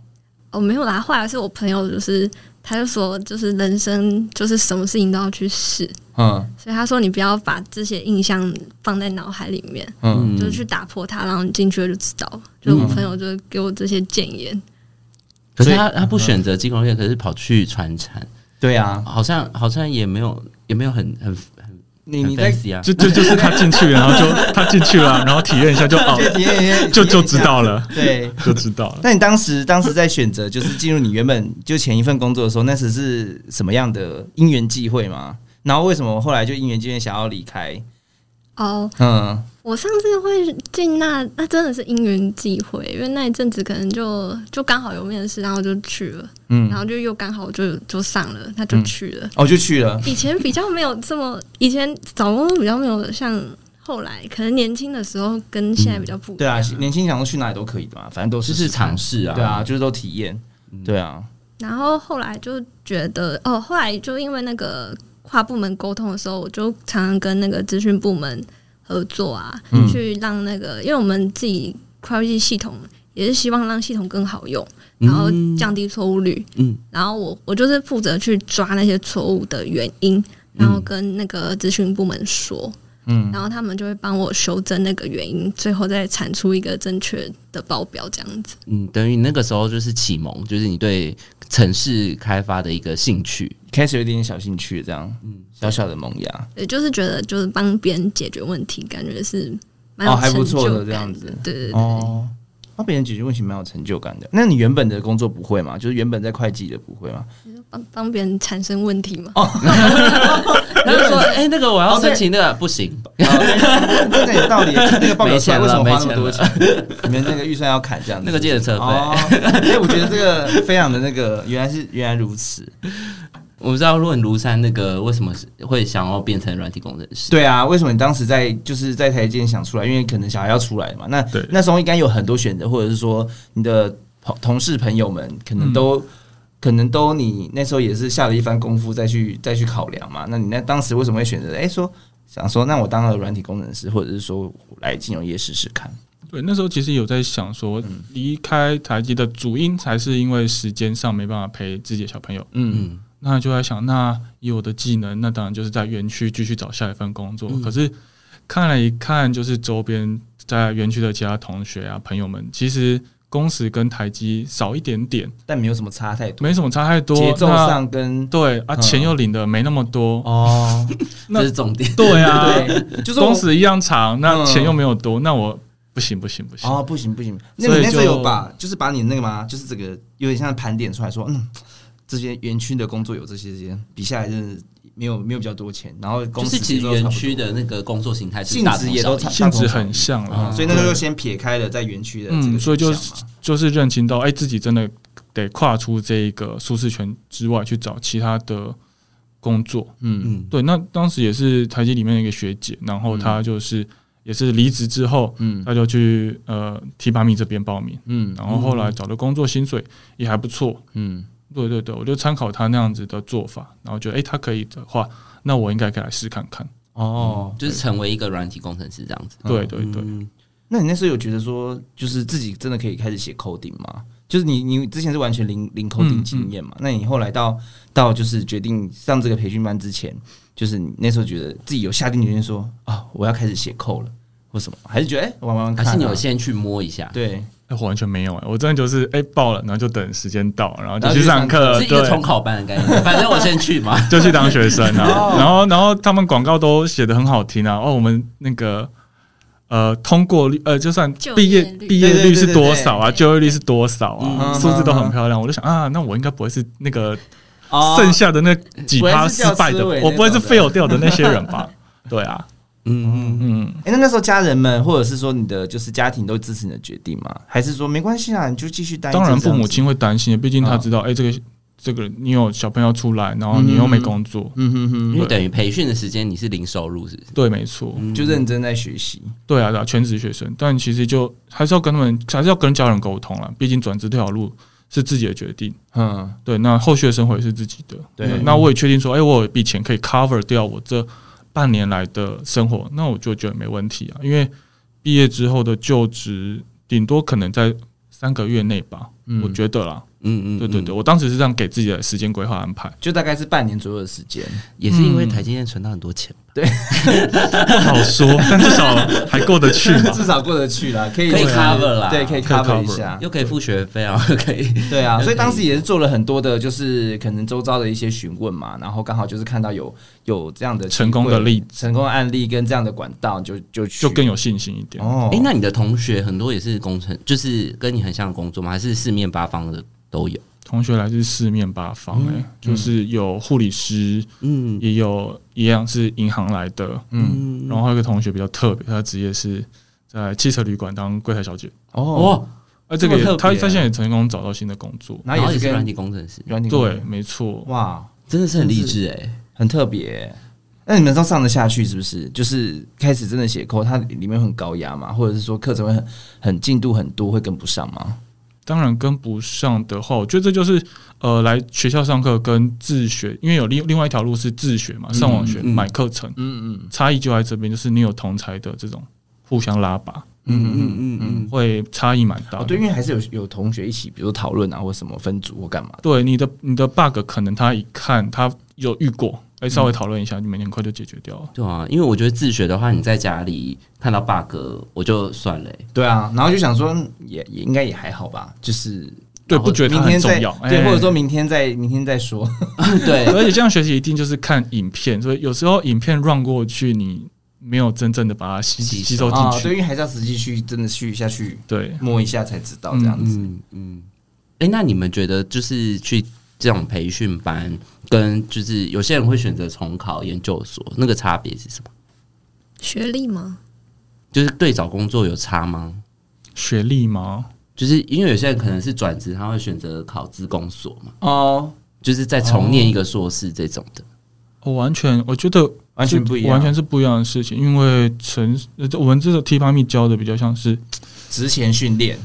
Speaker 5: 哦没有啦，后来是我朋友就是他就说，就是人生就是什么事情都要去试，
Speaker 1: 嗯
Speaker 5: 所以他说你不要把这些印象放在脑海里面，
Speaker 1: 嗯，
Speaker 3: 嗯
Speaker 5: 就是去打破它，然后你进去了就知道了。就我朋友就给我这些建言，
Speaker 3: 可
Speaker 1: 所
Speaker 3: 是
Speaker 1: 以嗯
Speaker 3: 他他不选择金融业，可是跑去传产，
Speaker 1: 对啊，
Speaker 3: 好像好像也没有也没有很很
Speaker 1: 你
Speaker 3: 很
Speaker 1: 你在
Speaker 3: fancy 啊。
Speaker 4: 就就就是他进去，然后就他进去了，然后体验一下就 哦，
Speaker 1: 体验一下
Speaker 4: 就就知道了，
Speaker 1: 对。
Speaker 4: 就知道了。
Speaker 1: 那你当时当时在选择就是进入你原本就前一份工作的时候，那时是什么样的因缘际会吗？然后为什么后来就因缘际会想要离开？
Speaker 5: 哦，
Speaker 1: 嗯，
Speaker 5: 我上次会进那，那真的是因缘际会，因为那一阵子可能就就刚好有面试，然后就去了，
Speaker 1: 嗯
Speaker 5: 然后就又刚好就就上了，他就去了。
Speaker 1: 哦，就去了。
Speaker 5: 以前比较没有这么，以前找工作比较没有像后来，可能年轻的时候跟现在比较不一
Speaker 1: 对
Speaker 5: 样。
Speaker 1: 啊，年轻想说去哪里都可以的嘛，反正都
Speaker 3: 嗯就是是尝试啊，嗯
Speaker 1: 对啊，，就是都体验。对啊，
Speaker 5: 然后后来就觉得，哦，后来就因为那个跨部门沟通的时候，我就常常跟那个资讯部门合作啊，
Speaker 1: 嗯
Speaker 5: 去让那个，因为我们自己会计系统也是希望让系统更好用，
Speaker 1: 嗯
Speaker 5: 然后降低错误率。
Speaker 3: 嗯，
Speaker 5: 然后我我就是负责去抓那些错误的原因，然后跟那个咨询部门说，
Speaker 1: 嗯，
Speaker 5: 然后他们就会帮我修正那个原因，最后再产出一个正确的报表这样子。
Speaker 3: 嗯，等于那个时候就是启蒙，就是你对城市开发的一个兴 趣，
Speaker 1: 开始有点小兴趣，这样，
Speaker 3: 嗯
Speaker 1: 小小的萌芽。
Speaker 5: 也就是觉得就是帮别人解决问题，感觉是蛮
Speaker 1: 哦
Speaker 5: 有
Speaker 1: 还不
Speaker 5: 成
Speaker 1: 错的
Speaker 5: 就
Speaker 1: 这样
Speaker 5: 感
Speaker 1: 子
Speaker 5: 的。对对对。
Speaker 1: 哦，帮别人解决问题蛮有成就感的。那你原本的工作不会吗？就是原本在会计的不会 吗？
Speaker 5: 帮帮别人产生问题嘛？
Speaker 1: 哦
Speaker 3: 然后说，哎，那个我要
Speaker 1: 哦对
Speaker 3: 申请那个不行，
Speaker 1: 这个有道理，那个报表出来为什么花那么多
Speaker 3: 没钱
Speaker 1: 钱？你们那个预算要砍这样子，
Speaker 3: 那个借的车
Speaker 1: 哦
Speaker 3: 费。，
Speaker 1: 哎，我觉得这个非常的那个，原来是原来如此。
Speaker 3: 我们知道，如果你庐山那个为什么是会想要变成软体工程师？
Speaker 1: 对啊，为什么你当时在就是在台积电想出来？因为可能小孩要出来嘛。那
Speaker 4: 对
Speaker 1: 那时候应该有很多选择，或者是说你的同同事朋友们可能都、
Speaker 4: 嗯
Speaker 1: 可能都你那时候也是下了一番功夫再去再去考量嘛。那你那当时为什么会选择？哎、说想说那我当了软体工程师，或者是说我来金融业试试看。
Speaker 4: 对，那时候其实有在想说，离开台积的主因才是因为时间上没办法陪自己的小朋友。
Speaker 1: 嗯
Speaker 3: 嗯，
Speaker 4: 那就在想，那以我的技能，那当然就是在园区继续找下一份工作。
Speaker 1: 嗯
Speaker 4: 可是看了一看，就是周边在园区的其他同学啊、朋友们，其实工时跟台积少一点点，
Speaker 1: 但没有什么差太多，
Speaker 4: 没什么差太多。
Speaker 1: 节奏
Speaker 4: 那
Speaker 1: 上跟
Speaker 4: 对啊，
Speaker 1: 嗯
Speaker 4: 钱又领的没那么多。
Speaker 1: 哦，
Speaker 4: 那
Speaker 3: 这是重点。
Speaker 4: 对啊，
Speaker 1: 对，就是
Speaker 4: 工
Speaker 1: 我
Speaker 4: 时一样长，那
Speaker 1: 嗯
Speaker 4: 钱又没有多，那我不行不行不行。
Speaker 1: 哦，不行不行，那
Speaker 4: 所
Speaker 1: 你
Speaker 4: 以
Speaker 1: 那时候有
Speaker 4: 就
Speaker 1: 把就是把你那个嘛，就是这个有点像盘点出来说，嗯，这些园区的工作有这些这些，比下来真的没有没有比较多钱，然后
Speaker 3: 就
Speaker 1: 公司
Speaker 3: 是其
Speaker 1: 节
Speaker 3: 实
Speaker 1: 奏差不
Speaker 3: 园
Speaker 1: 多
Speaker 3: 区的那个工作形态是
Speaker 1: 性
Speaker 3: 大
Speaker 1: 质
Speaker 3: 同
Speaker 1: 也
Speaker 3: 小
Speaker 1: 都
Speaker 3: 异
Speaker 1: 差，
Speaker 4: 性质很像
Speaker 1: 嗯
Speaker 4: 了，
Speaker 1: 所以那时候就
Speaker 4: 对
Speaker 1: 先撇开了在园区的这个
Speaker 4: 嗯，所以就
Speaker 1: 选项嘛
Speaker 4: 就是认清到，哎、自己真的得跨出这一个舒适圈之外，去找其他的工作。
Speaker 1: 嗯
Speaker 3: 嗯，
Speaker 4: 对，那当时也是台积里面的一个学姐，然后她就是、也是离职之后，
Speaker 1: 嗯
Speaker 4: 她就去呃提拔米这边报名，
Speaker 1: 嗯
Speaker 4: 然后后来找的工作薪水也还不错。
Speaker 1: 嗯
Speaker 4: 对对对，我就参考她那样子的做法，然后觉得哎、她可以的话，那我应该可以来试看看。
Speaker 1: 哦，
Speaker 3: 就是成为一个软体工程师这样子。
Speaker 4: 对对对，
Speaker 3: 嗯，
Speaker 1: 那你那时候有觉得说，就是自己真的可以开始写 coding 吗？就是你你之前是完全零
Speaker 3: 嗯
Speaker 1: 零 coding 经验嘛？那你后来到到就是决定上这个培训班之前，就是你那时候觉得自己有下定决心说啊，我要开始写 code 了，或什么？还是觉得哎、玩玩玩
Speaker 3: 还
Speaker 1: 看、啊？
Speaker 3: 是你有先去摸一下，
Speaker 1: 对，
Speaker 4: 哎、我完全没有哎、我真的就是哎、报了，然后就等时间到，然后就
Speaker 1: 然后
Speaker 4: 去
Speaker 1: 去
Speaker 4: 上
Speaker 1: 上
Speaker 4: 课，
Speaker 3: 是一个
Speaker 4: 呃对
Speaker 3: 重考班的概念。反正我先去嘛。
Speaker 4: 就去当学生
Speaker 1: 哦
Speaker 4: 啊。然后，然后他们广告都写的很好听啊。哦，我们那个呃，通过率呃，就算
Speaker 5: 就业
Speaker 4: 毕业
Speaker 5: 率
Speaker 4: 毕业率是多少啊，
Speaker 5: 对对对对
Speaker 4: 就业率是多少啊，
Speaker 1: 嗯
Speaker 4: 数字都很漂亮。我就想啊，那我应该不会是那个
Speaker 1: 哦
Speaker 4: 剩下的那几
Speaker 1: 不会
Speaker 4: 趴
Speaker 1: 是
Speaker 4: 失
Speaker 1: 掉
Speaker 4: 败
Speaker 1: 思
Speaker 4: 的，
Speaker 1: 维
Speaker 4: 我不会是
Speaker 1: 那种
Speaker 4: fail 掉的那些人吧？对啊，
Speaker 3: 嗯嗯，
Speaker 4: 嗯，
Speaker 1: 哎、那那时候家人们，或者是说你的就是家庭都支持你的决定吗？还是说没关系啊，你就继续待？
Speaker 4: 当然父母，亲会担心，毕竟
Speaker 1: 嗯
Speaker 4: 他知道，哎、这个这个你有小朋友出来，然后你又没工作，
Speaker 1: 嗯哼
Speaker 3: 因
Speaker 1: 哼，
Speaker 3: 为等于培训的时间你是零收入，是不是？
Speaker 4: 对，没错，
Speaker 1: 就认真在学习。
Speaker 4: 对啊，对啊，全职学生，但其实就还是要跟他们，还是要跟家人沟通了，毕竟转职这条路是自己的决定，
Speaker 1: 嗯，
Speaker 4: 对，那后续的生活也是自己的，
Speaker 1: 对
Speaker 4: 那那我也确定说，哎、我有一笔钱可以 cover 掉我这半年来的生活，那我就觉得没问题啊，因为毕业之后的就职，顶多可能在三个月内吧，我觉得啦，
Speaker 3: 嗯嗯，
Speaker 4: 对对
Speaker 3: 嗯
Speaker 4: 对，，我当时是这样给自己的时间规划安排，
Speaker 1: 就大概是半年左右的时间。
Speaker 3: 也是因为台积电存到很多钱，
Speaker 4: 不好说，但至少还过得去嘛。
Speaker 1: 至少过得去啦，可以
Speaker 3: 可以
Speaker 1: 就是
Speaker 3: cover 啦
Speaker 1: 对，可以
Speaker 4: 可以
Speaker 1: cover 一
Speaker 4: cover
Speaker 1: 下。
Speaker 3: 又可以付学费啊， 又可以，
Speaker 1: 嗯对啊，
Speaker 3: 又可以
Speaker 1: 所以当时也是做了很多的，就是可能周遭的一些询问嘛，然后刚好就是看到有有这样的
Speaker 4: 成功的例子、
Speaker 1: 成功的案例跟这样的管道，就就去
Speaker 4: 就更有信心一点。
Speaker 1: 哦
Speaker 3: 哎、，那你的同学很多也是工程，就是跟你很像的工作吗？还是四面八方的都有？
Speaker 4: 同学来自四面八方、欸，就是有护理师，
Speaker 3: 嗯
Speaker 4: 也有一样是银行来的，
Speaker 3: 嗯，
Speaker 4: 然后还有一个同学比较特别，他的职业是在汽车旅馆当柜台小姐，
Speaker 1: 哦，
Speaker 3: 哦，
Speaker 4: 啊，这个也
Speaker 3: 这么特
Speaker 4: 他
Speaker 3: 别嗯
Speaker 4: 他现在也成功找到新的工作，
Speaker 1: 然
Speaker 3: 然
Speaker 1: 后
Speaker 3: 后
Speaker 1: 也
Speaker 3: 也
Speaker 1: 是
Speaker 3: 是软体
Speaker 1: 跟
Speaker 3: 工程师，
Speaker 1: 软体
Speaker 4: 对，没错，
Speaker 1: 哇，
Speaker 3: 真的是很励志哎。
Speaker 1: 很特别。那你们都上得下去是不是？就是开始真的写扣，它里面很高压嘛，或者是说课程会很很进度很多，会跟不上吗？
Speaker 4: 当然跟不上的话，我觉得这就是呃来学校上课跟自学，因为有另另外一条路是自学嘛，上网学、
Speaker 3: 嗯
Speaker 4: 买课程，
Speaker 1: 嗯嗯
Speaker 4: 差异就在这边，就是你有同才的这种互相拉拔，
Speaker 3: 嗯嗯嗯嗯，
Speaker 4: 会差异蛮大
Speaker 1: 哦
Speaker 4: 的。
Speaker 1: 对，因为还是有有同学一起，比如说讨论啊，或什么分组或干嘛的。
Speaker 4: 对你的你的 bug 可能他一看他有遇过，哎，稍微讨论一下，你们很快就解决掉了。
Speaker 1: 嗯
Speaker 3: 对啊，因为我觉得自学的话，你在家里看到 bug 我就算了欸、
Speaker 1: 对啊，然后就想说嗯也也应该也还好吧，就是
Speaker 4: 对，
Speaker 1: 然后
Speaker 4: 不觉得
Speaker 1: 明
Speaker 4: 它很
Speaker 1: 天
Speaker 4: 重
Speaker 1: 再
Speaker 4: 要，
Speaker 1: 对，
Speaker 4: 哎
Speaker 1: 或者说明天再明天再说。
Speaker 3: 对，
Speaker 4: 而且这样学习一定就是看影片，所以有时候影片 run 过去，你没有真正的把它吸
Speaker 3: 吸
Speaker 4: 吸
Speaker 3: 收
Speaker 4: 收
Speaker 1: 啊，
Speaker 4: 进
Speaker 1: 对，
Speaker 4: 去。
Speaker 1: 因为还是要实际去真的去下去
Speaker 4: 对，
Speaker 1: 摸一下才知道这样子。
Speaker 3: 嗯嗯。哎、那你们觉得就是去这种培训班，跟就是有些人会选择重考研究所，那个差别是什么？
Speaker 5: 学历吗？
Speaker 3: 就是对找工作有差吗？
Speaker 4: 学历吗？
Speaker 3: 就是因为有些人可能是转职，他会选择考资工所嘛，
Speaker 1: 哦，
Speaker 3: 就是再重念一个硕士这种的。
Speaker 4: 我哦完全，我觉得
Speaker 1: 完全不一样
Speaker 4: 完全是不一样的事情。因为成呃我们这个 T 八密教的比较像是，
Speaker 1: 职前训练，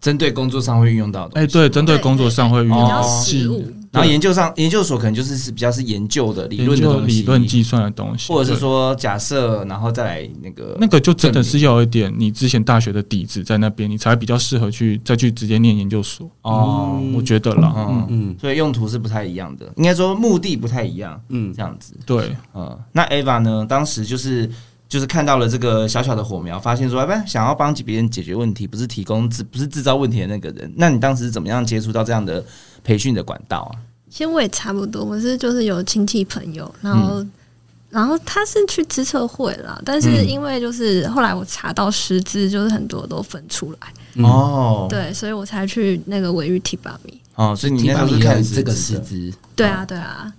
Speaker 1: 针对工作上会运用到的。
Speaker 4: 哎、对，针对
Speaker 5: 对
Speaker 4: 工作上会遇
Speaker 5: 比较
Speaker 4: 到
Speaker 5: 实务，
Speaker 1: 哦然后研究上研究所可能就是是比较是研究的理
Speaker 4: 研
Speaker 1: 论的
Speaker 4: 究
Speaker 1: 东西，
Speaker 4: 理论计算的东西，
Speaker 1: 或者是
Speaker 4: 对
Speaker 1: 说假设，然后再来那个
Speaker 4: 那个就真的
Speaker 1: 证
Speaker 4: 是要有一点你之前大学的底子在那边，你才比较适合去再去直接念研究所。
Speaker 1: 明哦，
Speaker 4: 我觉得啦，
Speaker 1: 嗯
Speaker 4: 嗯，
Speaker 3: 嗯
Speaker 1: 所以用途是不太一样的，应该说目的不太一样，
Speaker 3: 嗯
Speaker 1: 这，样子。
Speaker 4: 对，
Speaker 1: 呃，那 Ava 呢，当时就是就是看到了这个小小的火苗，发现说，哎，不想要帮别人解决问题，不是提供制，不是制造问题的那个人。那你当时是怎么样接触到这样的培训的管道啊？
Speaker 5: 其实我也差不多，我是就是有亲戚朋友，然后、
Speaker 1: 嗯
Speaker 5: 然后他是去资策会啦，但是因为就是后来我查到师资，就是很多都分出来，
Speaker 3: 嗯
Speaker 1: 哦，，
Speaker 5: 对，所以我才去那个维玉提拔米。
Speaker 1: 哦，所以你
Speaker 3: 提
Speaker 1: 那时
Speaker 3: 拔
Speaker 1: 候是
Speaker 3: 你
Speaker 1: 看
Speaker 3: 看这个师
Speaker 1: 的。
Speaker 3: 资，
Speaker 5: 对
Speaker 1: 哦
Speaker 5: 啊，对啊，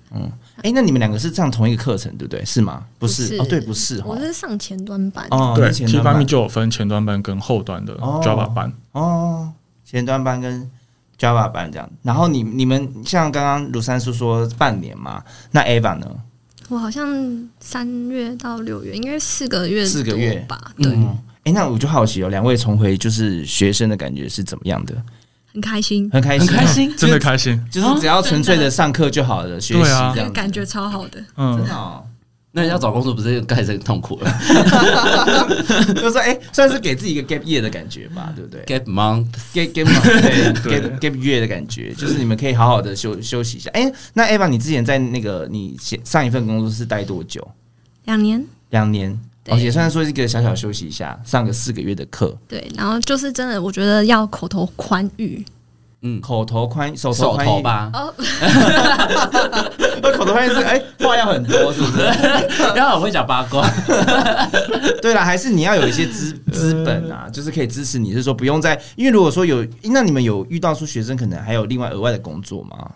Speaker 1: 哎，那你们两个是上同一个课程，对不对？是吗？不是，
Speaker 5: 不是
Speaker 1: 哦，对，不是，
Speaker 5: 我
Speaker 1: 哦
Speaker 5: 是上前端班，
Speaker 1: 哦，
Speaker 4: 对
Speaker 1: 你前
Speaker 4: ，T
Speaker 1: 端
Speaker 4: 班
Speaker 1: 班
Speaker 4: 密就有分前端班跟后端的
Speaker 1: 哦
Speaker 4: Java 班。
Speaker 1: 哦，前端班跟 Java 班这样。然后你你们像刚刚卢三叔说半年嘛，那 Ava 呢？
Speaker 5: 我好像三月到六月，应该四个月
Speaker 1: 四个月
Speaker 5: 多吧，对，
Speaker 1: 嗯，哎，那我就好奇哦，两位重回就是学生的感觉是怎么样的？
Speaker 5: 很开心，
Speaker 1: 很开
Speaker 3: 很
Speaker 1: 心，
Speaker 3: 开心，
Speaker 4: 真的开心。
Speaker 1: 就是只要纯粹的上课就好了，学习
Speaker 4: 对啊
Speaker 1: 这样子
Speaker 5: 感觉超好的。
Speaker 4: 嗯
Speaker 1: 真，的哦。
Speaker 3: 那要找工作不是更更痛苦 了
Speaker 1: 就是说，哎、算是给自己一个 gap year 的感觉吧，对不对
Speaker 3: ？Get month，
Speaker 1: ？gap gap month，对 gap
Speaker 4: 对
Speaker 1: gap year 的感觉，就是你们可以好好的休休息一下。哎、那 Eva，你之前在那个你前上一份工作是待多久？
Speaker 5: 两年，
Speaker 1: 两年，
Speaker 5: 对
Speaker 1: 哦，也算是说是一个小小休息一下，上个四个月的课，
Speaker 5: 对，然后就是真的，我觉得要口头宽裕，
Speaker 3: 嗯，
Speaker 1: 口头宽，手头
Speaker 3: 手
Speaker 1: 宽
Speaker 3: 头，吧，
Speaker 1: 呃 口头宽是哎、话要很多，是不是？
Speaker 3: 然后我会讲八卦，
Speaker 1: 对啦，还是你要有一些资资本啊，就是可以支持你，是说不用再，因为如果说有，那你们有遇到说学生可能还有另外额外的工作吗？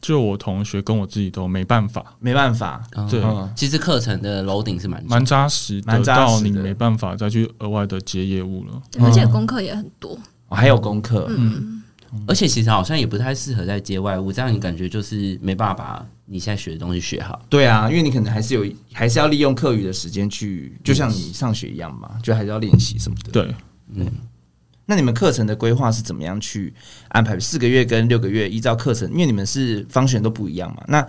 Speaker 4: 就我同学跟我自己都没办法，
Speaker 1: 没办法，
Speaker 3: 嗯
Speaker 4: 对
Speaker 1: 嗯
Speaker 3: 其实课程的楼顶是蛮
Speaker 4: 蛮扎实的，
Speaker 1: 蛮扎
Speaker 4: 到
Speaker 1: 实的
Speaker 4: 你没办法再去额外的接业务了。
Speaker 1: 嗯
Speaker 5: 对而且功课也很多，
Speaker 1: 哦还有功课，
Speaker 5: 嗯，
Speaker 3: 而且其实好像也不太适合在接外务，这样你感觉就是没办法把你现在学的东西学好。
Speaker 1: 对啊，因为你可能还是有，还是要利用课余的时间去，就像你上学一样嘛，就还是要练习什么的。
Speaker 4: 对，
Speaker 3: 嗯，
Speaker 1: 那你们课程的规划是怎么样去安排？四个月跟六个月依照课程，因为你们是方选都不一样嘛。那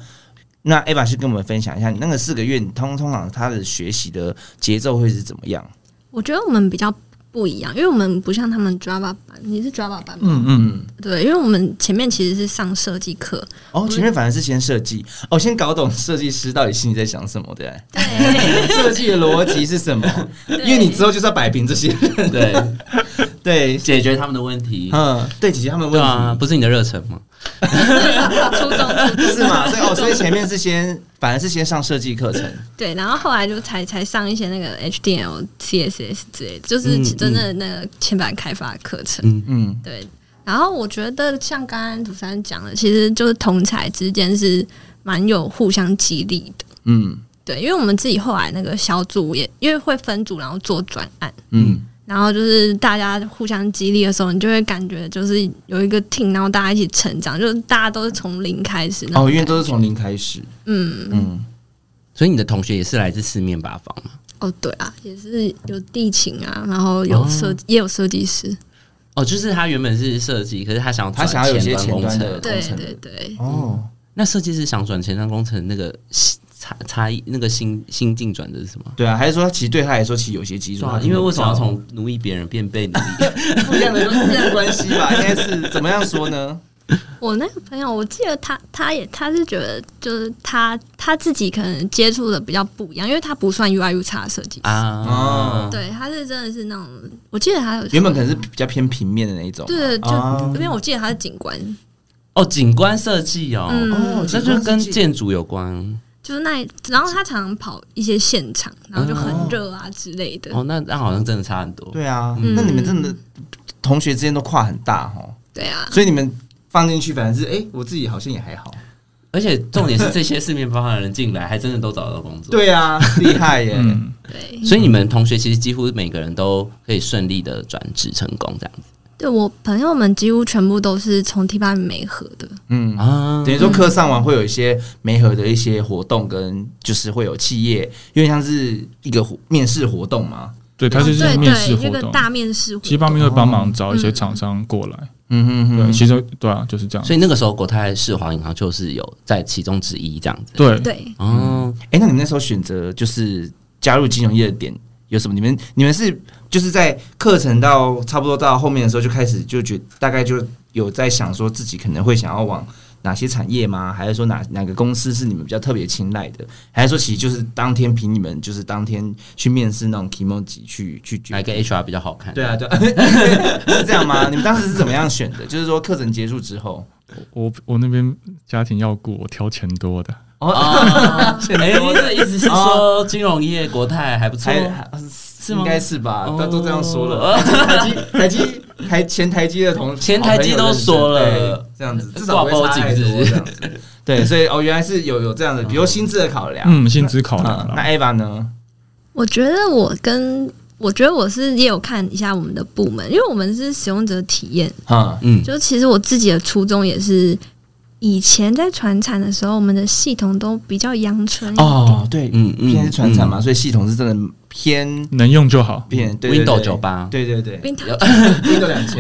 Speaker 1: 那 Eva 是跟我们分享一下，你那个四个月，你通通常他的学习的节奏会是怎么样？
Speaker 5: 我觉得我们比较不一样，因为我们不像他们 Java 班，你是 Java 班吗？
Speaker 4: 嗯嗯，
Speaker 5: 对，因为我们前面其实是上设计课，
Speaker 1: 哦，前面反而是先设计，哦，先搞懂设计师到底心里在想什么，对不对，设计的逻辑是什么？ 因为你之后就是要摆平这些人的，
Speaker 3: 对，
Speaker 1: 对，
Speaker 3: 解决他们的问题。
Speaker 1: 嗯，对，姐姐 他们
Speaker 3: 对
Speaker 1: 问
Speaker 3: 啊，
Speaker 1: 题
Speaker 3: 不是你的热忱吗？
Speaker 5: 初中
Speaker 3: 啊
Speaker 5: 初中
Speaker 1: 是吗？所以哦，所以前面是先，反而是先上设计课 程，
Speaker 5: 对，然后后来就才才上一些那个 HTML、CSS 之类的，就是
Speaker 1: 嗯
Speaker 5: 真正的那个前版开发课程。
Speaker 1: 嗯，
Speaker 5: 对，然后我觉得像刚刚主持人讲的，其实就是同才之间是蛮有互相激励的。
Speaker 1: 嗯
Speaker 5: 对，因为我们自己后来那个小组也因为会分组，然后做专案，
Speaker 1: 嗯，
Speaker 5: 然后就是大家互相激励的时候，你就会感觉就是有一个 team，然后大家一起成长，就是大家都是从零开始那
Speaker 3: 嗯
Speaker 5: 种感
Speaker 1: 哦，
Speaker 5: 觉。
Speaker 1: 因为都是从零开始，
Speaker 5: 嗯
Speaker 1: 嗯，
Speaker 3: 所以你的同学也是来自四面八方嘛？
Speaker 5: 哦对啊，也是有地勤啊，然后
Speaker 1: 哦
Speaker 5: 有设、也有设计师，
Speaker 3: 哦，就是他原本是设计，可是他想要
Speaker 1: 他
Speaker 3: 转
Speaker 1: 想要有一些
Speaker 3: 前
Speaker 1: 前
Speaker 3: 工
Speaker 1: 端
Speaker 3: 程。
Speaker 1: 的工
Speaker 5: 对
Speaker 1: 程
Speaker 5: 对
Speaker 1: 的，
Speaker 5: 对，
Speaker 1: 哦，
Speaker 3: 那设计师想转前端工程，那个差差异，那个心心境转折是什么？
Speaker 1: 对啊，还是说其实对他来说，其实有些基础
Speaker 3: 对啊，，因为为什么要从奴役别人变被奴 役？
Speaker 1: 不一样的不一样的关系 吧？应该是怎么样说呢？
Speaker 5: 我那个朋友，我记得他，他也他是觉得，就是他他自己可能接触的比较不一样，因为他不算 UI U 叉设计师，
Speaker 3: 啊
Speaker 1: 哦，
Speaker 5: 对，他是真的是那种，我记得他有
Speaker 1: 原本可能是比较偏平面的那一种，
Speaker 5: 对，就、
Speaker 1: 哦
Speaker 5: 因为我记得他是景观，
Speaker 3: 哦，景观设计哦，
Speaker 5: 嗯，
Speaker 1: 哦
Speaker 3: 那就跟建筑有关
Speaker 5: 就是那一，然后他常常跑一些现场，然后就很热啊之类的，
Speaker 3: 哦。那那好像真的差很多。
Speaker 1: 对啊，
Speaker 5: 嗯
Speaker 1: 那你们真的同学之间都跨很大哦，
Speaker 5: 对啊，
Speaker 1: 所以你们放进去反正是，哎，我自己好像也还好，
Speaker 3: 而且重点是这些四面八方的人进来，还真的都找得到工作。，
Speaker 1: 对啊，厉害耶，
Speaker 4: 嗯，
Speaker 5: 对，
Speaker 3: 所以你们同学其实几乎每个人都可以顺利的转职成功这样子
Speaker 5: 对我朋友们几乎全部都是从 T 八美合的，
Speaker 1: 嗯。
Speaker 3: 啊
Speaker 1: 等于说课上完会有一些媒合的一些活动，跟就是会有企业，有点像是一个活面试活动嘛。
Speaker 4: 对，他就是
Speaker 5: 哦对
Speaker 4: 面试
Speaker 5: 对，那
Speaker 4: 活
Speaker 5: 个
Speaker 4: 动，
Speaker 5: 大面试活
Speaker 4: 其实
Speaker 5: 动，
Speaker 4: 方面会帮忙找一些厂商过来，
Speaker 1: 嗯哼
Speaker 4: 对，其实对啊，就是这样，
Speaker 3: 所以那个时候国泰世华银行就是有在其中之一这样子。
Speaker 4: 对，
Speaker 5: 对，
Speaker 3: 哦，
Speaker 1: 哎、那你们那时候选择就是加入金融业的点有什么？你们你们是就是在课程到差不多到后面的时候就开始就觉大概就有在想说自己可能会想要往哪些产业吗？还是说哪哪个公司是你们比较特别青睐的？还是说其实就是当天凭你们就是当天去面试那种 k i m o j i 去去决
Speaker 3: 哪一个 HR 比较好看？
Speaker 1: 对啊，对啊， 是这样吗？你们当时是怎么样选的？就是说课程结束之后，
Speaker 4: 我我那边家庭要顾，我挑钱多的，
Speaker 3: 哦，哎，这意思是说
Speaker 1: 哦
Speaker 3: 金融业国泰还不错哦
Speaker 1: 还还
Speaker 3: 是吗？
Speaker 1: 应该是吧？
Speaker 3: 哦
Speaker 1: 都都这样说 了，台积台积台前台积的同
Speaker 3: 前台积都说了
Speaker 1: 对这样子，至少不会差太
Speaker 3: 挂
Speaker 1: 多
Speaker 3: 包紧是不是
Speaker 1: 这样子。对，所以哦，原来是有有这样的，比如薪资的考量。
Speaker 4: 嗯，薪资考量
Speaker 1: 啊，那
Speaker 4: 啦，
Speaker 1: Eva 呢？
Speaker 5: 我觉得我跟我觉得我是也有看一下我们的部门，因为我们是使用者体验。
Speaker 1: 哈，
Speaker 3: 嗯，
Speaker 5: 就其实我自己的初衷也是，以前在传产的时候，我们的系统都比较阳春一点。
Speaker 1: 哦，对，
Speaker 3: 嗯嗯
Speaker 1: 偏是传产嘛，所以系统是真的偏
Speaker 4: 能用就好，
Speaker 1: 偏对对对
Speaker 3: ，Windows 九八，
Speaker 1: 对对对
Speaker 5: 冰糖
Speaker 1: ，Windows 两千。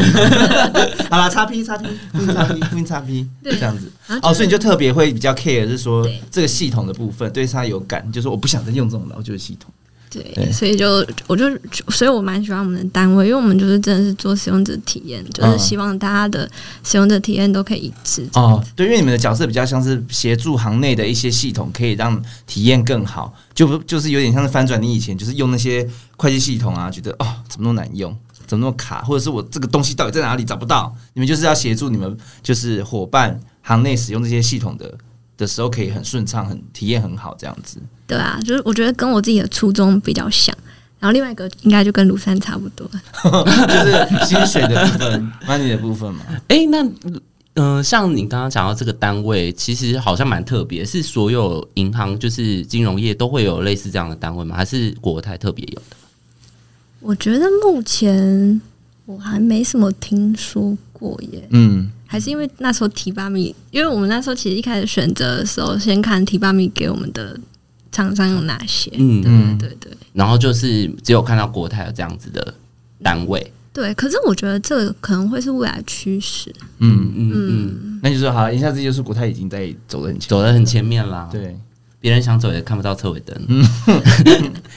Speaker 1: 好啦，叉 P 叉 P，Win 叉 P，Win 叉 P，
Speaker 5: 对
Speaker 1: 这样子。
Speaker 5: 然后
Speaker 1: 哦，所以你就特别会比较 care，是说
Speaker 5: 对
Speaker 1: 这个系统的部分对它有感，就是我不想再用这种老旧的系统。
Speaker 5: 对，
Speaker 1: 对
Speaker 5: 所以就我就所以我蛮喜欢我们的单位，因为我们就是真的是做使用者体验，
Speaker 1: 哦
Speaker 5: 就是希望大家的使用者体验都可以一致。
Speaker 1: 哦，对，因为你们的角色比较像是协助行内的一些系统，可以让体验更好，就不就是有点像是翻转你以前就是用那些会计系统啊，觉得哦怎么那么难用，怎么那么卡，或者是我这个东西到底在哪里找不到？你们就是要协助你们就是伙伴行内使用这些系统的的时候，可以很顺畅，很体验很好这样 子。
Speaker 5: 对啊，就是我觉得跟我自己的初衷比较像，然后另外一个应该就跟庐山差不多。
Speaker 1: 就是薪水的部分 money 的部分嘛。
Speaker 3: 哎，那嗯、像你刚刚讲到这个单位，其实好像蛮特别，是所有银行就是金融业都会有类似这样的单位吗？还是国泰特别有的？
Speaker 5: 我觉得目前我还没什么听说过耶，
Speaker 1: 嗯，
Speaker 5: 还是因为那时候提巴米，因为我们那时候其实一开始选择的时候，先看提巴米给我们的厂商有哪些，
Speaker 3: 嗯
Speaker 5: 对对对
Speaker 3: 然后就是只有看到国泰有这样子的单位，
Speaker 5: 对。可是我觉得这个可能会是未来趋势，
Speaker 3: 嗯嗯嗯，
Speaker 1: 那就说好了，一下子就是国泰已经在走得很前，
Speaker 3: 走得很前面啦，，
Speaker 1: 对。
Speaker 3: 别人想走也看不到车尾灯，
Speaker 4: 嗯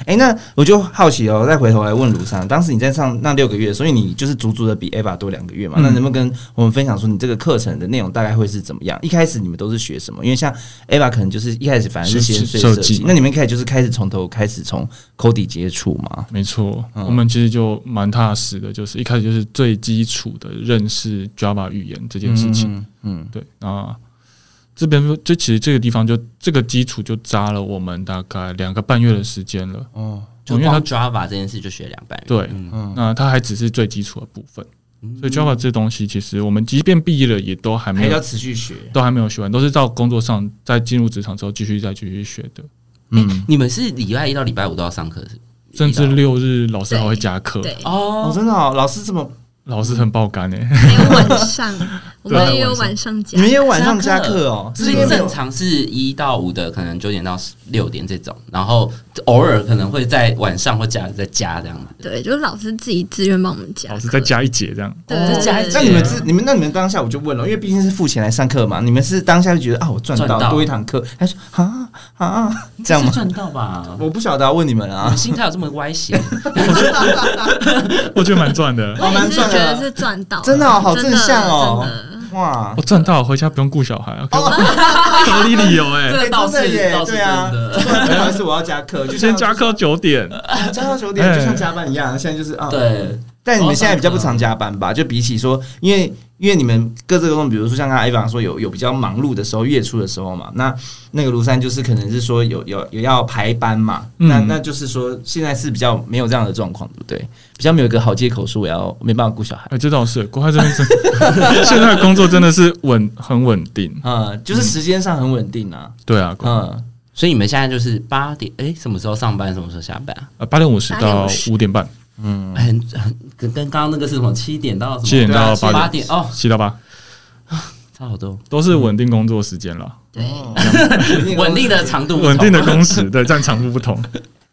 Speaker 1: 哎、那我就好奇哦，再回头来问卢桑，当时你在上那六个月，所以你就是足足的比 Eva 多两个月嘛？
Speaker 4: 嗯
Speaker 1: 那能不能跟我们分享说你这个课程的内容大概会是怎么样？一开始你们都是学什么？因为像 Eva 可能就是一开始反正是
Speaker 4: 是
Speaker 1: 先
Speaker 4: 是
Speaker 1: 设
Speaker 4: 设
Speaker 1: 计
Speaker 4: 计，
Speaker 1: 那你们一开始就是开始从头开始从 Cody 接触嘛？
Speaker 4: 没错，
Speaker 1: 嗯
Speaker 4: 我们其实就蛮踏实的，就是一开始就是最基础的认识 Java 语言这件事情。
Speaker 1: 嗯，嗯，
Speaker 4: 对，那这边就其实这个地方就这个基础就扎了我们大概两个半月的时间了。
Speaker 1: 哦，
Speaker 3: 就
Speaker 4: 因为它
Speaker 3: 光 Java 这件事就学两半人，
Speaker 4: 对
Speaker 3: 嗯
Speaker 1: 嗯，
Speaker 4: 那它还只是最基础的部分，
Speaker 3: 嗯
Speaker 4: 所以 Java 这东西其实我们即便毕业了，也都还
Speaker 1: 还
Speaker 4: 没
Speaker 1: 要
Speaker 4: 有
Speaker 1: 持续学，
Speaker 4: 都还没有学完，都是到工作上在进入职场之后继续再继续学的，
Speaker 1: 嗯，
Speaker 3: 你们是礼拜一到礼拜五都要上课，是
Speaker 4: 甚至
Speaker 3: 一到
Speaker 4: 六日老师还会加课，
Speaker 5: 对，
Speaker 1: 哦，
Speaker 3: 哦，
Speaker 1: 真的哦，老师这么，
Speaker 4: 老师很爆肝欸诶、
Speaker 5: 还有晚上， 我们也有
Speaker 4: 晚
Speaker 5: 晚上讲
Speaker 1: 你，们也有啊晚上加课哦，
Speaker 3: 所以
Speaker 1: 是因为没有
Speaker 3: 正常是一到五的，可能九点到六点这种，然后偶尔可能会在晚上或假日再加这样子。
Speaker 5: 对，就是老师自己自愿帮我们讲，
Speaker 1: 哦
Speaker 4: 老师再，加一节这样。
Speaker 5: 对
Speaker 3: 哦，加
Speaker 5: 对
Speaker 1: 那
Speaker 3: 加
Speaker 1: 你们自你们那你们当下我就问了，因为毕竟是付钱来上课嘛，你们是当下就觉得啊我赚到
Speaker 3: 赚到
Speaker 1: 多一堂课，他说啊啊这样
Speaker 3: 是
Speaker 1: 吗？
Speaker 3: 赚到吧？
Speaker 1: 我不晓得、啊，问你们
Speaker 3: 你
Speaker 1: 啊
Speaker 3: 们。心态有这么歪 斜？
Speaker 4: 我觉得蛮赚的。
Speaker 5: 我也
Speaker 1: 好
Speaker 5: 是觉
Speaker 1: 难赚
Speaker 5: 得
Speaker 1: 啊
Speaker 5: 是赚到了，
Speaker 1: 真的哦好
Speaker 5: 真
Speaker 1: 正向哦
Speaker 5: 真的
Speaker 1: 哇
Speaker 4: 我，赚到，回家不用顾小孩啊，合理理由哎、
Speaker 3: 这
Speaker 1: 哎
Speaker 3: 个倒
Speaker 1: 真的
Speaker 3: 是
Speaker 1: 耶
Speaker 3: 倒，是
Speaker 1: 对啊，
Speaker 3: 真的
Speaker 1: 不然不好意思，我要加课，就
Speaker 4: 先
Speaker 1: 像
Speaker 4: 加课九点，
Speaker 1: 加到九点，就像加班一样。现在就是啊，。
Speaker 3: 对，
Speaker 1: 但你们现在比较不常加班
Speaker 3: 哦
Speaker 1: 吧？就比起说，因为因为你们各自工作，比如说像刚才 Eva 说有有比较忙碌的时候，月初的时候嘛，那那个庐山就是可能是说有有有要排班嘛，
Speaker 4: 嗯
Speaker 1: 那那就是说现在是比较没有这样的状况，对不对？比较没有一个好借口说我要没办法顾小孩
Speaker 4: 哎、，这倒是， 国泰这边真，现在工作真的是稳，很稳定。
Speaker 1: 嗯，就是时间上很稳定啊，
Speaker 4: 对啊，
Speaker 3: 哦
Speaker 1: 嗯，
Speaker 3: 所以你们现在就是八点，哎，什么时候上班，什么时候下班啊？
Speaker 4: 呃，八点五十到
Speaker 5: 8:50
Speaker 4: 五点半，
Speaker 3: 很很跟跟刚刚那个是什么？七点到什么？
Speaker 4: 嗯七点到
Speaker 1: 对啊
Speaker 4: 八
Speaker 3: 八
Speaker 4: 点，
Speaker 3: 点哦，
Speaker 4: 七到
Speaker 1: 嗯
Speaker 4: 八
Speaker 3: 差好多，
Speaker 4: 都是稳定工作时间了，
Speaker 5: 对。
Speaker 3: 稳定的长
Speaker 1: 嗯
Speaker 3: 度不同，
Speaker 4: 稳定的工时，对，占长度不同。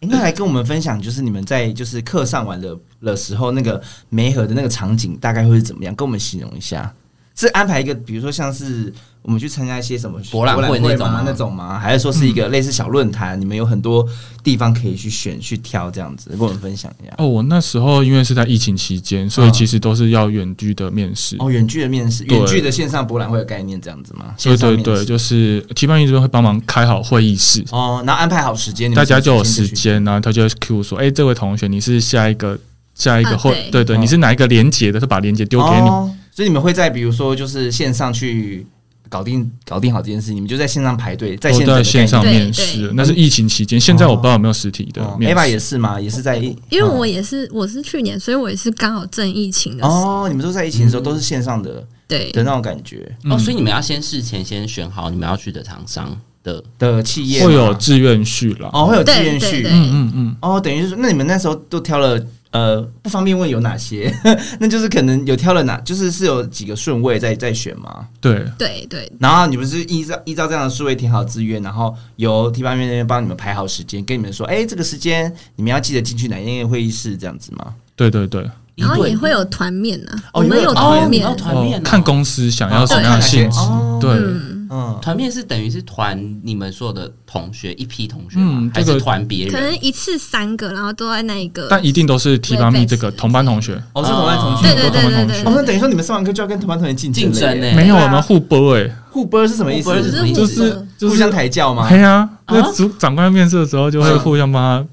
Speaker 1: 诶那来跟我们分享，就是你们在就是课上完的的时候，那个梅河的那个场景大概会是怎么样？跟我们形容一下。是安排一个，比如说像是我们去参加一些什么
Speaker 3: 博览会
Speaker 1: 会
Speaker 3: 那种
Speaker 1: 吗嗯
Speaker 3: 吗？
Speaker 1: 那种吗？还是说是一个类似小论坛？你们有很多地方可以去选、去挑这样子，跟我们分享一下。
Speaker 4: 哦，我那时候因为是在疫情期间，所以其实都是要远距的面试。
Speaker 1: 嗯哦，远距的面试，
Speaker 4: 对
Speaker 1: 远距的线上博览会的概念这样子吗？
Speaker 4: 对
Speaker 1: 线上
Speaker 4: 对
Speaker 1: 面试
Speaker 4: 对，就是期办一直会帮忙开好会议室，
Speaker 1: 哦，然后安排好时间，你们
Speaker 4: 大家就有
Speaker 1: 什么去。
Speaker 4: 时间，然后他就会 Q 说：“哎、这位同学，你是下一个下一个
Speaker 5: 啊
Speaker 4: 会？对
Speaker 5: 对
Speaker 4: 对，你是哪一个连接的？他把连接丢给你。
Speaker 1: 哦，所以你们会在比如说就是线上去搞定搞定好这件事，你们就在线上排队，在
Speaker 4: 都
Speaker 1: 线
Speaker 4: 在线上
Speaker 5: 对
Speaker 4: 面
Speaker 5: 对
Speaker 4: 试，那是疫情期间。现在我不知道有没有实体的
Speaker 1: 哦
Speaker 4: 面
Speaker 1: Eva
Speaker 4: 试
Speaker 1: 也。是吗？也是在嗯
Speaker 5: 因为我也是，我是去年，所以我也是刚好正疫情的时候，
Speaker 1: 哦，你们都在疫情的时候都是线上的
Speaker 5: 对
Speaker 1: 的那种感觉
Speaker 3: 哦，所
Speaker 4: 以
Speaker 3: 以你们要先事前先选好你们要去的厂商的
Speaker 1: 的企业吗
Speaker 4: 会有志愿序啦。
Speaker 1: 哦，会有志
Speaker 5: 对
Speaker 1: 愿序
Speaker 5: 对对
Speaker 4: 嗯嗯嗯，
Speaker 1: 哦，等于是说，那你们那时候都挑了呃，不方便问有哪些， 那就是可能有挑了哪，就是是有几个顺位在在选嘛。
Speaker 4: 对
Speaker 5: 对对
Speaker 1: 然后你们是依照依照这样的顺位填好志愿，然后由提拔面那边帮你们排好时间，跟你们说，哎、这个时间你们要记得进去哪间会议室这样子吗？
Speaker 4: 对对对。
Speaker 5: 然后
Speaker 3: 一对
Speaker 5: 也
Speaker 3: 一
Speaker 5: 会有团面呢，
Speaker 1: 哦
Speaker 5: 我们
Speaker 1: 也有
Speaker 5: 有
Speaker 1: 团
Speaker 5: 团面
Speaker 3: 哦，团面
Speaker 4: 哦
Speaker 3: 哦
Speaker 4: 看公司想要什么样的性质
Speaker 1: 哦。
Speaker 4: 对，
Speaker 5: 嗯，
Speaker 1: 嗯，
Speaker 3: 团面是等于是团你们所有的同学一批同学吗？
Speaker 4: 嗯
Speaker 3: 还
Speaker 4: 这
Speaker 3: 是
Speaker 4: 个
Speaker 3: 团别
Speaker 5: 可能
Speaker 3: 人？
Speaker 5: 一次三个，然后都在那一个，
Speaker 4: 但一定都是提拔密这个
Speaker 5: 对
Speaker 4: 同班同学，
Speaker 1: 哦，是同班同学
Speaker 5: 对
Speaker 1: 吗。
Speaker 5: 对
Speaker 4: 都同
Speaker 5: 对
Speaker 4: 班
Speaker 5: 对
Speaker 4: 同
Speaker 5: 对
Speaker 4: 学
Speaker 1: 哦，
Speaker 5: 对，
Speaker 1: 那等于说你们上完课就要跟同班同学竞
Speaker 3: 竞
Speaker 1: 争
Speaker 3: 争
Speaker 1: 呢、
Speaker 3: 呢？
Speaker 4: 没有我
Speaker 1: 对啊
Speaker 4: 们互播哎，
Speaker 1: 互波是什么意思？
Speaker 3: 互波
Speaker 5: 只
Speaker 3: 什
Speaker 5: 是
Speaker 3: 么意思
Speaker 5: 我
Speaker 4: 就是就
Speaker 1: 互
Speaker 4: 是
Speaker 1: 相抬轿吗？
Speaker 4: 嘿呀，那
Speaker 3: 啊
Speaker 4: 主长官面试的时候就会互相帮他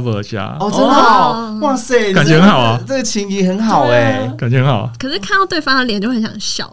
Speaker 4: cover 一下，
Speaker 1: 哦，真的、哦，
Speaker 5: 哦
Speaker 1: 哇塞，
Speaker 4: 感
Speaker 1: 这
Speaker 4: 觉
Speaker 1: 个
Speaker 4: 很好啊
Speaker 1: 这个情谊很好哎、
Speaker 4: 感觉很好。
Speaker 5: 可是看到对方的脸就很想笑，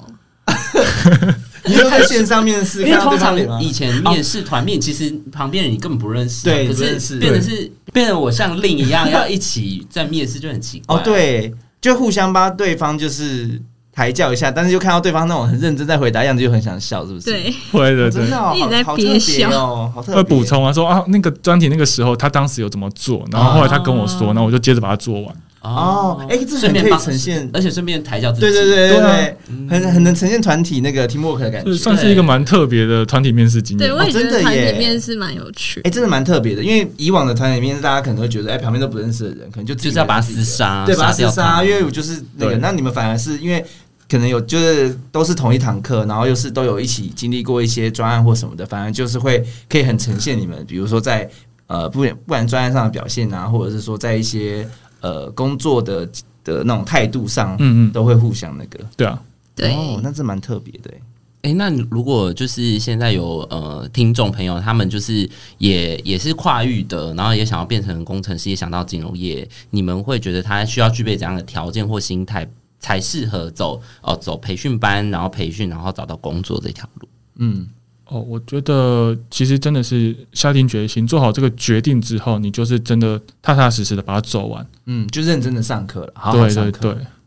Speaker 1: 你就在线上面试，
Speaker 3: 因为
Speaker 1: 看到
Speaker 3: 通
Speaker 1: 对方
Speaker 3: 常
Speaker 1: 脸吗
Speaker 3: 以前面试团面，其实旁边人你根本不认识啊，
Speaker 1: 对
Speaker 3: 可
Speaker 1: 不认识
Speaker 3: 是变得是变得我像令一样要一起在面试就很奇怪。
Speaker 1: 哦，，对，就互相帮对方就是。抬轿一下，但是又看到对方那种很认真在回答样子，就很想笑，是不是？
Speaker 5: 对，
Speaker 4: 会的，
Speaker 1: 真
Speaker 4: 对
Speaker 1: 的、。哦，
Speaker 5: 一直在
Speaker 1: 好好特
Speaker 5: 憋
Speaker 1: 别
Speaker 5: 笑
Speaker 1: 哦，好特别。
Speaker 4: 会补充啊，说啊，那个专题那个时候他当时有怎么做，然后后来他跟我说，
Speaker 1: 啊
Speaker 4: 然后我就接着把它做完。
Speaker 1: 哦，哎、这
Speaker 3: 顺
Speaker 1: 很
Speaker 3: 便
Speaker 1: 可以
Speaker 3: 帮
Speaker 1: 呈现，
Speaker 3: 而且顺便抬脚自己，
Speaker 1: 对对对对
Speaker 4: 对啊
Speaker 1: 对，很很能呈现团体那个 teamwork 的感
Speaker 4: 就
Speaker 1: 觉，
Speaker 4: 是算是一个蛮特别的团体面试经验
Speaker 5: 对，。我也
Speaker 1: 嗯
Speaker 5: 觉
Speaker 1: 哦真的
Speaker 5: 得团
Speaker 1: 耶
Speaker 5: 体面试蛮有趣
Speaker 1: 哎、。真的蛮特别的，因为以往的团体面试，大家可能会觉得，哎、旁边都不认识的人，可能就自己
Speaker 3: 就是要把他
Speaker 1: 自己
Speaker 3: 厮杀，
Speaker 1: 对，把他
Speaker 3: 掉
Speaker 1: 厮杀，
Speaker 3: 他
Speaker 1: 因为我就是那个，
Speaker 4: 对
Speaker 1: 那你们反而是因为可能有就是都是同一堂课，然后又是都有一起经历过一些专案或什么的，反而就是会可以很呈现你们，比如说在呃不然不然专案上的表现啊，或者是说在一些呃工作的的那种态度上，
Speaker 4: 嗯嗯，
Speaker 1: 都会互相那个。
Speaker 4: 对啊，
Speaker 5: 对，
Speaker 1: 哦，那这蛮特别的欸。
Speaker 3: 哎、那你如果就是现在有呃听众朋友，他们就是也也是跨域的，然后也想要变成工程师，也想到金融业，你们会觉得他需要具备怎样的条件或心态才适合走哦走培训班，然后培训，然后找到工作这条路？
Speaker 1: 嗯，
Speaker 4: 哦，我觉得其实真的是下定决心，做好这个决定之后，你就是真的踏踏实实的把它走完。
Speaker 1: 嗯，就认真的上课了，好好
Speaker 4: 对
Speaker 1: 上
Speaker 4: 对
Speaker 1: 课。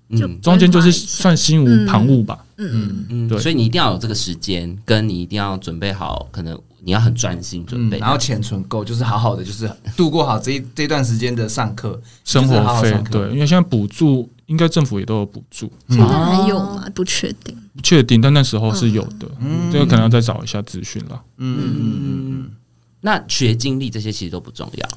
Speaker 4: 对，
Speaker 5: 就
Speaker 3: 嗯
Speaker 4: 中间就是
Speaker 5: 规划一下
Speaker 4: 算心无旁骛吧。
Speaker 1: 嗯，
Speaker 3: 嗯，
Speaker 4: 对
Speaker 3: 所以你一定要有这个时间，跟你一定要准备好，可能你要很专心准
Speaker 1: 嗯，
Speaker 3: 备。
Speaker 1: 然后钱存够，就是好好的，就是度过好这一这段时间的上课，
Speaker 4: 生
Speaker 1: 就是好
Speaker 4: 活
Speaker 1: 好
Speaker 4: 费
Speaker 1: 上课
Speaker 4: 对，因为现在补助应该政府也都有补助，
Speaker 5: 现在还有吗？不确定。
Speaker 4: 不确定，但那时候是有的，
Speaker 1: 嗯
Speaker 4: 这个可能要再找一下资讯了。
Speaker 1: 嗯嗯嗯嗯，
Speaker 3: 那学经历这些其实都不重要，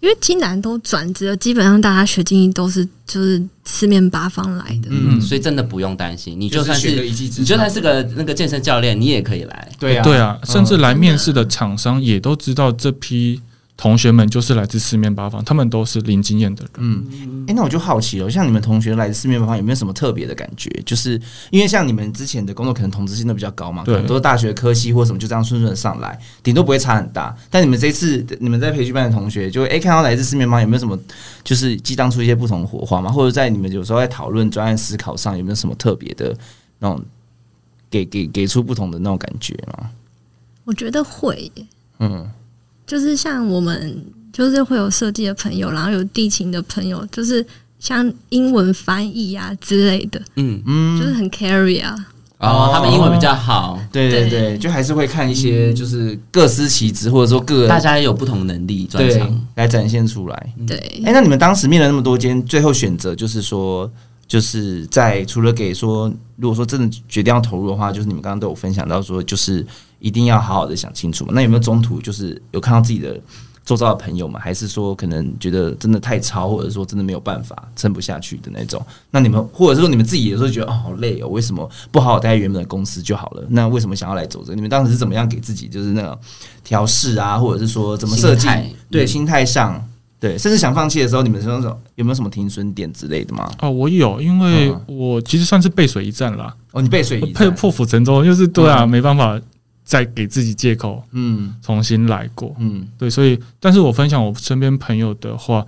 Speaker 5: 因为金南都转职了，基本上大家学经历都是就是四面八方来的，
Speaker 1: 嗯
Speaker 3: 所以真的不用担心。你
Speaker 1: 就
Speaker 3: 就是算
Speaker 1: 学个
Speaker 3: 是
Speaker 1: 一技之
Speaker 3: 你就
Speaker 1: 长
Speaker 3: 算是个那个健身教练，你也可以来。
Speaker 1: 对啊
Speaker 4: 对啊，甚至来
Speaker 5: 真的
Speaker 4: 面试的厂商也都知道这批同学们就是来自四面八方，他们都是零经验的人。
Speaker 1: 嗯，哎、那我就好奇了，像你们同学来自四面八方，有没有什么特别的感觉？就是因为像你们之前的工作，可能同质性都比较高嘛，
Speaker 4: 对
Speaker 1: 可能都是大学科系或什么，就这样顺顺的上来，顶多不会差很大。但你们这次你们在培训班的同学，就哎、诶看到来自四面八方，有没有什么就是激荡出一些不同的火花嘛？或者在你们有时候在讨论专案思考上，有没有什么特别的那种给给给出不同的那种感觉嘛？
Speaker 5: 我觉得会耶，
Speaker 1: 嗯
Speaker 5: 就是像我们就是会有设计的朋友，然后有地勤的朋友，就是像英文翻译啊之类的，
Speaker 3: 嗯，
Speaker 1: 嗯，
Speaker 5: 就是很 carry 啊。
Speaker 3: 哦，他们英文比较好，
Speaker 1: 对对
Speaker 5: 对
Speaker 1: 对，就还是会看一些就是各司其职，或者说各
Speaker 3: 大家也有不同能力专
Speaker 1: 对
Speaker 3: 长。
Speaker 1: 来展现出来。
Speaker 3: 嗯
Speaker 5: 对
Speaker 1: 哎、，那你们当时面了那么多间，最后选择就是说，就是在除了给说，如果说真的决定要投入的话，就是你们刚刚都有分享到说，就是一定要好好的想清楚嘛。那有没有中途就是有看到自己的周遭的朋友嘛？还是说可能觉得真的太超，或者说真的没有办法撑不下去的那种？那你们或者是说你们自己有时候觉得哦好累哦，为什么不好好待在原本的公司就好了？那为什么想要来走这个？你们当时是怎么样给自己就是那种调试啊，或者是说怎么设计
Speaker 3: 心态？
Speaker 1: 对，
Speaker 3: 嗯
Speaker 1: 心态上。对，甚至想放弃的时候，你们有没有有没有什么停损点之类的吗？
Speaker 4: 哦，我有，因为
Speaker 1: 嗯
Speaker 4: 我其实算是背水一战啦，
Speaker 1: 哦，你背水一
Speaker 4: 破
Speaker 1: 战，
Speaker 4: 破釜沉舟，就是对啊，
Speaker 1: 嗯
Speaker 4: 没办法再给自己借口
Speaker 1: 嗯
Speaker 4: 重新来过。
Speaker 1: 嗯
Speaker 4: 对，所以，但是我分享我身边朋友的话，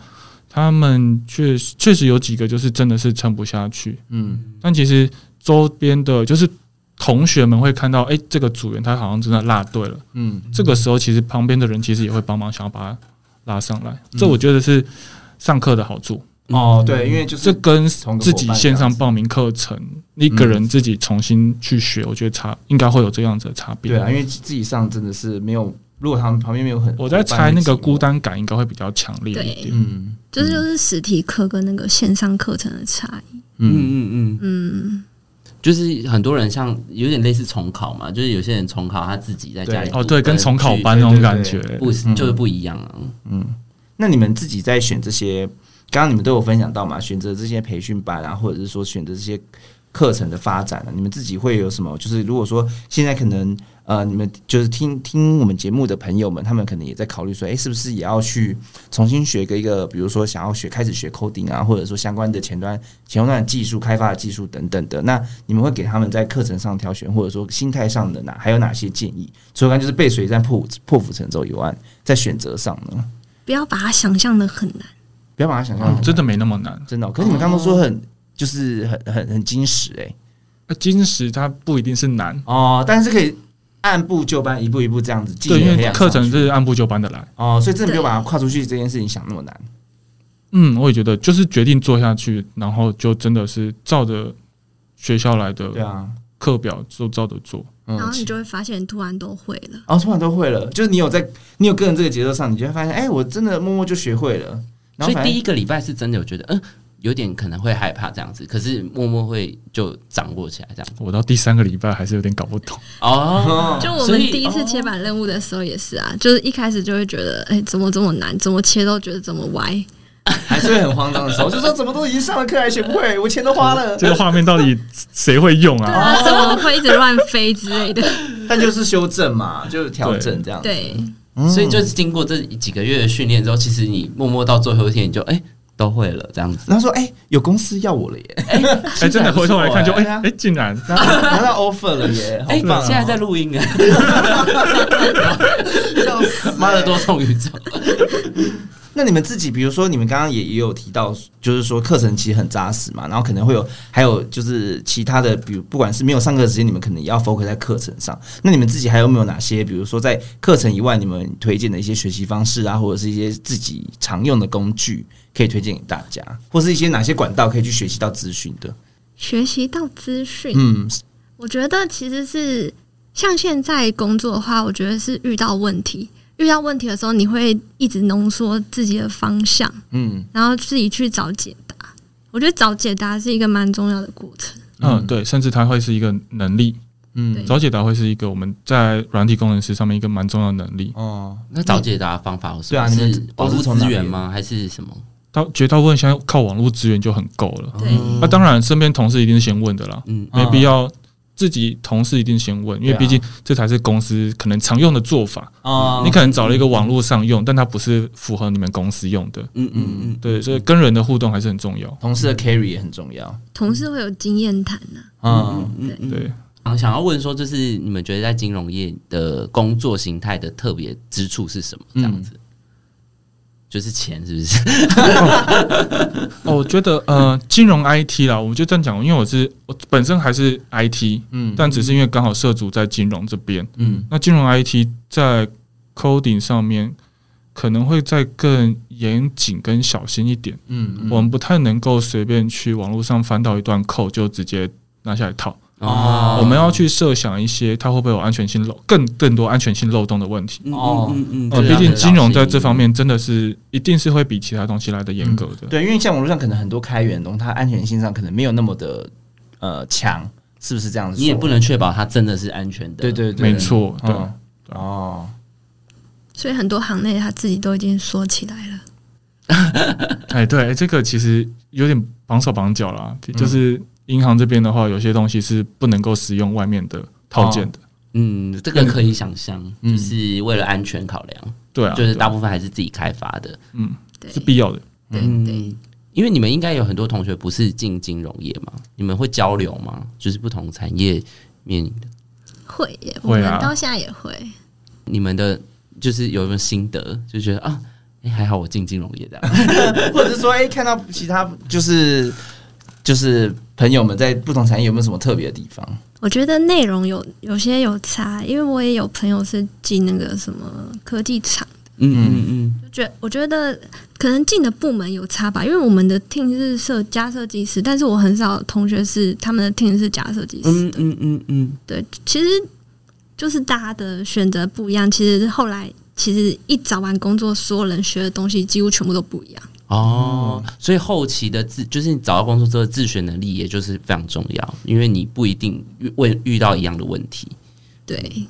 Speaker 4: 他们确实确实有几个就是真的是撑不下去，
Speaker 1: 嗯
Speaker 4: 但其实周边的就是同学们会看到，哎、这个组员他好像真的落队了，
Speaker 1: 嗯，
Speaker 4: 这个时候其实旁边的人其实也会帮忙，想要把他拉上来，这我觉得是上课的好处。
Speaker 1: 哦，对，因为就是
Speaker 4: 嗯这跟
Speaker 1: 同个
Speaker 4: 自
Speaker 1: 伙
Speaker 4: 己
Speaker 1: 伴
Speaker 4: 线
Speaker 1: 这样
Speaker 4: 上
Speaker 1: 子
Speaker 4: 报名课程，一个人自己重新去学，我觉得差应该会有这样子的差别。
Speaker 1: 对啊，因为自己上真的是没有，如果他们旁边没有很，
Speaker 4: 我在猜那个孤，单感应该会比较强烈一点。
Speaker 1: 嗯
Speaker 5: 就是就是实体课跟那个线上课程的差异。
Speaker 1: 嗯
Speaker 3: 嗯嗯嗯，
Speaker 5: 嗯，
Speaker 3: 就是很多人像有点类似重考嘛，就是有些人重考他自己在家里
Speaker 4: 哦，对，
Speaker 3: 读
Speaker 4: 跟重考班
Speaker 1: 对
Speaker 4: 那种
Speaker 1: 对
Speaker 4: 感
Speaker 1: 对
Speaker 4: 觉，
Speaker 3: 不
Speaker 1: 嗯
Speaker 3: 就是不一样啊。
Speaker 1: 嗯。那你们自己在选这些，刚刚你们都有分享到嘛，选择这些培训班啊，或者是说选择这些课程的发展啊，你们自己会有什么？就是如果说现在可能呃，你们就是听听我们节目的朋友们，他们可能也在考虑说，哎、是不是也要去重新学个一个，比如说想要学开始学 coding 啊，或者说相关的前端前端的技术、开发的技术等等的。那你们会给他们在课程上挑选，或者说心态上的哪还有哪些建议？除了刚才就是背水一战、破釜破釜沉舟以外，在选择上呢，
Speaker 5: 不要把它想象的很难。
Speaker 1: 不要把它想象得
Speaker 4: 嗯
Speaker 1: 很
Speaker 4: 真的没那么难。
Speaker 1: 真的哦、可是你们刚刚都说很。就是很很很精实哎、
Speaker 4: 呃金石它不一定是难，
Speaker 1: 哦，但是可以按部就班，一步一步这样子进
Speaker 4: 对，
Speaker 1: 行
Speaker 4: 因
Speaker 1: 培
Speaker 4: 为
Speaker 1: 养
Speaker 4: 课
Speaker 1: 上去。
Speaker 4: 程是按部就班的来。
Speaker 1: 哦，所以真的不要
Speaker 5: 对
Speaker 1: 把它跨出去这件事情想那么难。
Speaker 4: 嗯，我也觉得，就是决定做下去，然后就真的是照着学校来
Speaker 1: 对
Speaker 4: 的
Speaker 1: 啊，
Speaker 4: 课表都照着做。
Speaker 1: 嗯
Speaker 3: 哦
Speaker 5: 然后你就会发现突然都会了。
Speaker 1: 然后突然都会了，就是你有在你有跟着这个节奏上，你就会发现，哎、我真的默默就学会了。然
Speaker 3: 所
Speaker 1: 后
Speaker 3: 以
Speaker 1: 反正
Speaker 3: 第一个礼拜是真的有觉得，嗯、有点可能会害怕这样子，可是默默会就掌握起来这样。
Speaker 4: 我到第三个礼拜还是有点搞不懂，
Speaker 3: 哦，
Speaker 5: 就我
Speaker 3: 所
Speaker 5: 们
Speaker 3: 以
Speaker 5: 第一次切板任务的时候也是啊，就是一开始就会觉得，哎、怎么这么难，怎么切都觉得怎么歪。
Speaker 1: 还是会很慌张的时候，就说怎么都已经上了课还学不会，我钱都花了。
Speaker 4: 这个画面到底谁会用
Speaker 3: 哦
Speaker 5: 对
Speaker 4: 啊？
Speaker 5: 啊，怎么会一直乱飞之类的？
Speaker 1: 但就是修正嘛，就是调整这样。，
Speaker 5: 对，
Speaker 1: 嗯
Speaker 3: 所以就是经过这几个月的训练之后，其实你默默到最后一天，你就哎、都会了这样子。
Speaker 1: 然后说，哎、有公司要我了耶，
Speaker 4: 哎、真的回头来看就
Speaker 1: 哎
Speaker 4: 哎哎、竟然
Speaker 1: 拿到拿到 offer 了耶，好
Speaker 3: 哎、
Speaker 1: 棒、哦！
Speaker 3: 现在在录 音哎，
Speaker 1: 笑死，
Speaker 3: 妈的多重宇宙。
Speaker 1: 那你们自己，比如说你们刚刚也也有提到，就是说课程其实很扎实嘛，然后可能会有还有就是其他的，比如不管是没有上课的时间，你们可能也要 focus 在课程上。那你们自己还有没有哪些，比如说在课程以外，你们推荐的一些学习方式啊，或者是一些自己常用的工具，可以推荐给大家，或是一些哪些管道可以去学习到资讯的？
Speaker 5: 学习到资讯，
Speaker 1: 嗯，
Speaker 5: 我觉得其实是像现在工作的话，我觉得是遇到问题，遇到问题的时候，你会一直浓缩自己的方向，
Speaker 1: 嗯，
Speaker 5: 然后自己去找解答。我觉得找解答是一个蛮重要的过程。
Speaker 1: 嗯
Speaker 4: 嗯对，甚至它会是一个能力，
Speaker 1: 嗯
Speaker 5: 对，
Speaker 4: 早解答会是一个我们在软体工程师上面一个蛮重要的能力。
Speaker 1: 哦，
Speaker 3: 那找解答的方法有什
Speaker 1: 对
Speaker 3: 么？
Speaker 1: 啊你
Speaker 3: 是
Speaker 1: 们
Speaker 3: 网
Speaker 1: 都
Speaker 3: 络
Speaker 1: 是从哪
Speaker 3: 资
Speaker 1: 边
Speaker 3: 源吗？还是什么？
Speaker 4: 到绝大部分现在靠网络资源就很够了。
Speaker 5: 对，
Speaker 4: 那、当然，身边同事一定是先问的啦，
Speaker 3: 嗯，
Speaker 4: 没必要自己同事一定先问，因为
Speaker 1: 对啊
Speaker 4: 毕竟这才是公司可能常用的做法。
Speaker 1: 哦
Speaker 4: 你可能找了一个网络上用，但它不是符合你们公司用的。
Speaker 3: 嗯嗯嗯，
Speaker 4: 对，所以跟人的互动还是很重要。
Speaker 1: 同事的 carry 也很重要。
Speaker 5: 同事会有经验谈啊呐、
Speaker 1: 嗯，
Speaker 3: 嗯嗯
Speaker 4: 对，
Speaker 3: 嗯，想要问说，就是你们觉得在金融业的工作形态的特别之处是什么？这样
Speaker 1: 嗯
Speaker 3: 子，就是钱是不是？
Speaker 4: 哦，我觉得呃，金融 IT 啦，我就这样讲，因为我是我本身还是 IT，
Speaker 1: 嗯
Speaker 4: 但只是因为刚好涉足在金融这边。
Speaker 1: 嗯
Speaker 4: 那金融 IT 在 coding 上面可能会再更严谨跟小心一点，
Speaker 1: 嗯嗯
Speaker 4: 我们不太能够随便去网络上翻到一段 code 就直接拿下来套。
Speaker 3: 啊
Speaker 1: 哦
Speaker 4: 我们要去设想一些它会不会有安全性漏更更多安全性漏洞的问题。
Speaker 3: 嗯
Speaker 1: 哦
Speaker 3: 嗯嗯
Speaker 4: 呃，
Speaker 3: 嗯，
Speaker 4: 毕竟金融在这方面真的是一定是会比其他东西来的
Speaker 3: 嗯
Speaker 4: 严格的。
Speaker 1: 对，因为像网络上可能很多开源的东西，它安全性上可能没有那么的呃强，是不是这样子说？
Speaker 3: 你也不能确保它真的是安全的。
Speaker 1: 对对对，
Speaker 4: 没错，对，
Speaker 1: 嗯哦，
Speaker 5: 所以很多行内他自己都已经说起来了。
Speaker 4: 哎，对，这个其实有点绑手绑脚啦。就是银行这边的话，有些东西是不能够使用外面的套件的。
Speaker 3: 嗯，这个可以想象，
Speaker 1: 嗯
Speaker 3: 就是为了安全考量，
Speaker 4: 对啊，
Speaker 3: 就是
Speaker 4: 对啊
Speaker 3: 大部分还是自己开发的。
Speaker 4: 嗯
Speaker 5: 对
Speaker 4: 是必要的。
Speaker 5: 对对，
Speaker 3: 嗯，因为你们应该有很多同学不是进金融业嘛，你们会交流吗？就是不同产业面临的，
Speaker 5: 会耶，我
Speaker 4: 会
Speaker 5: 们
Speaker 4: 啊
Speaker 5: 到现在也会。
Speaker 3: 你们的就是有没有心得，就觉得啊。哎还好我进金融业这样，
Speaker 1: 或者是说，哎、看到其他就是就是朋友们在不同产业有没有什么特别的地方？
Speaker 5: 我觉得内容有有些有差，因为我也有朋友是进那个什么科技厂，
Speaker 3: 嗯嗯嗯，
Speaker 5: 就觉我觉得可能进的部门有差吧，因为我们的 team 是设加设计师，但是我很少同学是他们的 team 是加设计师。
Speaker 3: 嗯嗯嗯嗯，
Speaker 5: 对，其实就是大家的选择不一样，其实后来。其实一找完工作，所有人学的东西几乎全部都不一样。
Speaker 3: 哦，所以后期的自就是你找到工作之后，自学能力也就是非常重要，因为你不一定遇问遇到一样的问题。
Speaker 4: 嗯
Speaker 5: 对，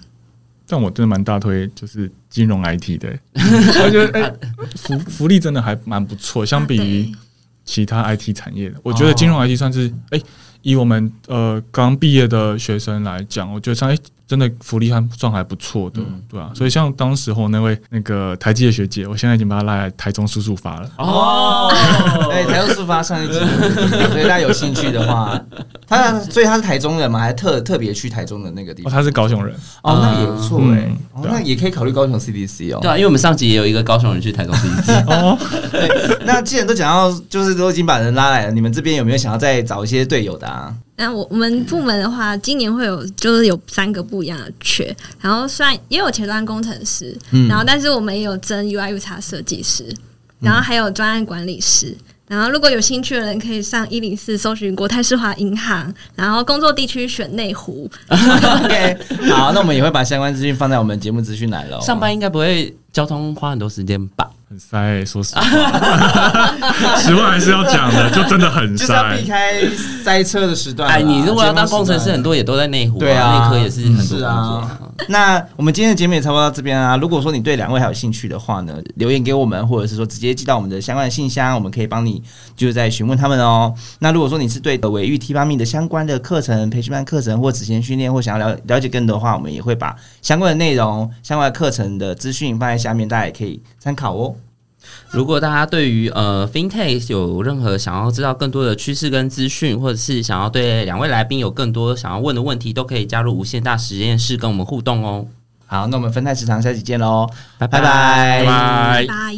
Speaker 4: 但我真的蛮大推，就是金融 IT 的、欸 我觉得哎、福福利真的还蛮不错，相
Speaker 5: 啊
Speaker 4: 比于其他 IT 产业的，我觉得金融 IT 算是哎、以我们呃刚毕业的学生来讲，我觉得像哎、真的福利还算还不错的，
Speaker 1: 嗯
Speaker 4: 对啊，所以像当时候那位那个台积的学姐，我现在已经把她拉来台中叔叔发了。
Speaker 1: 哦，
Speaker 3: 哎
Speaker 1: 对，台中出发上一 集，所以大家有兴趣的话，他所以他是台中人嘛，还特特别去台中的那个地
Speaker 4: 哦，
Speaker 1: 方。
Speaker 4: 她是高雄人，
Speaker 1: 哦，那也不错哎、
Speaker 4: 嗯
Speaker 1: 哦，
Speaker 4: 对啊
Speaker 1: 那也可以考虑高雄 CDC 哦。
Speaker 3: 对啊，因为我们上集也有一个高雄人去台中第一次，
Speaker 1: 对，那既然都讲到，就是都已经把人拉来了，你们这边有没有想要再找一些队友的啊？
Speaker 5: 那我我们部门的话，今年会有就是有三个不一样的缺，然后虽然也有前端工程师，
Speaker 1: 嗯
Speaker 4: 嗯
Speaker 5: 然后但是我们也有征 UI UX 设计师，然后还有专案管理师。然后，如果有兴趣的人，可以上一零四搜寻国泰世华银行，然后工作地区选内湖。
Speaker 6: OK，好， 那我们也会把相关资讯放在我们节目资讯栏喽。
Speaker 3: 上班应该不会交通花很多时间吧？
Speaker 4: 很塞、欸，说实话， 实话还是要讲的，就真的很
Speaker 1: 就是要
Speaker 4: 塞
Speaker 1: 避。开塞车的时段啦。
Speaker 3: 哎，你如果要当工
Speaker 1: 节
Speaker 3: 程师，
Speaker 1: 目时段
Speaker 3: 很多也都在内湖、
Speaker 1: 啊对啊
Speaker 3: 内科也是很多工
Speaker 1: 是
Speaker 3: 作、
Speaker 1: 啊。那我们今天的节目也差不多到这边啊。如果说你对两位还有兴趣的话呢，留言给我们，或者是说直接寄到我们的相关的信箱，我们可以帮你就是在询问他们哦。那如果说你是对呃尾域 T 八 M 的相关的课程、培训班课程或职前训练，或想要了了解更多的话，我们也会把相关的内容、相关的课程的资讯放在下面，大家也可以参考哦。
Speaker 3: 如果大家对于呃 FinTech 有任何想要知道更多的趋势跟资讯，或者是想要对两位来宾有更多想要问的问题，都可以加入无限大实验室跟我们互动哦。
Speaker 1: 好，那我们分太食堂下期见喽，拜
Speaker 3: 拜
Speaker 1: 拜
Speaker 4: 拜。
Speaker 5: 拜。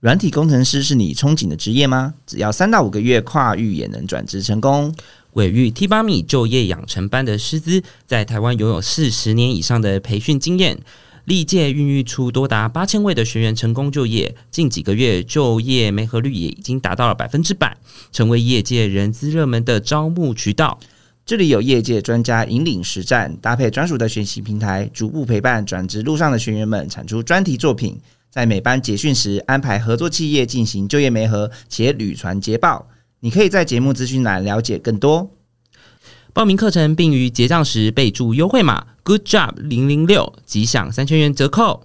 Speaker 1: 软体工程师是你憧憬的职业吗？只要三到五个月跨域也能转职成功。
Speaker 3: 伟玉 T 八米就业养成班的师资，在台湾拥有四十年以上的培训经验，历届孕育出多达八千位的学员成功就业。近几个月，就业媒合率也已经达到了百分之百，成为业界人资热门的招募渠道。
Speaker 1: 这里有业界专家引领实战，搭配专属的学习平台，逐步陪伴转职路上的学员们产出专题作品。在每班结训时，安排合作企业进行就业媒合，且屡传捷报。你可以在节目资讯栏了解更多。
Speaker 3: 报名课程并于结账时备注优惠码 “Good Job 零零六”，即享三千元折扣。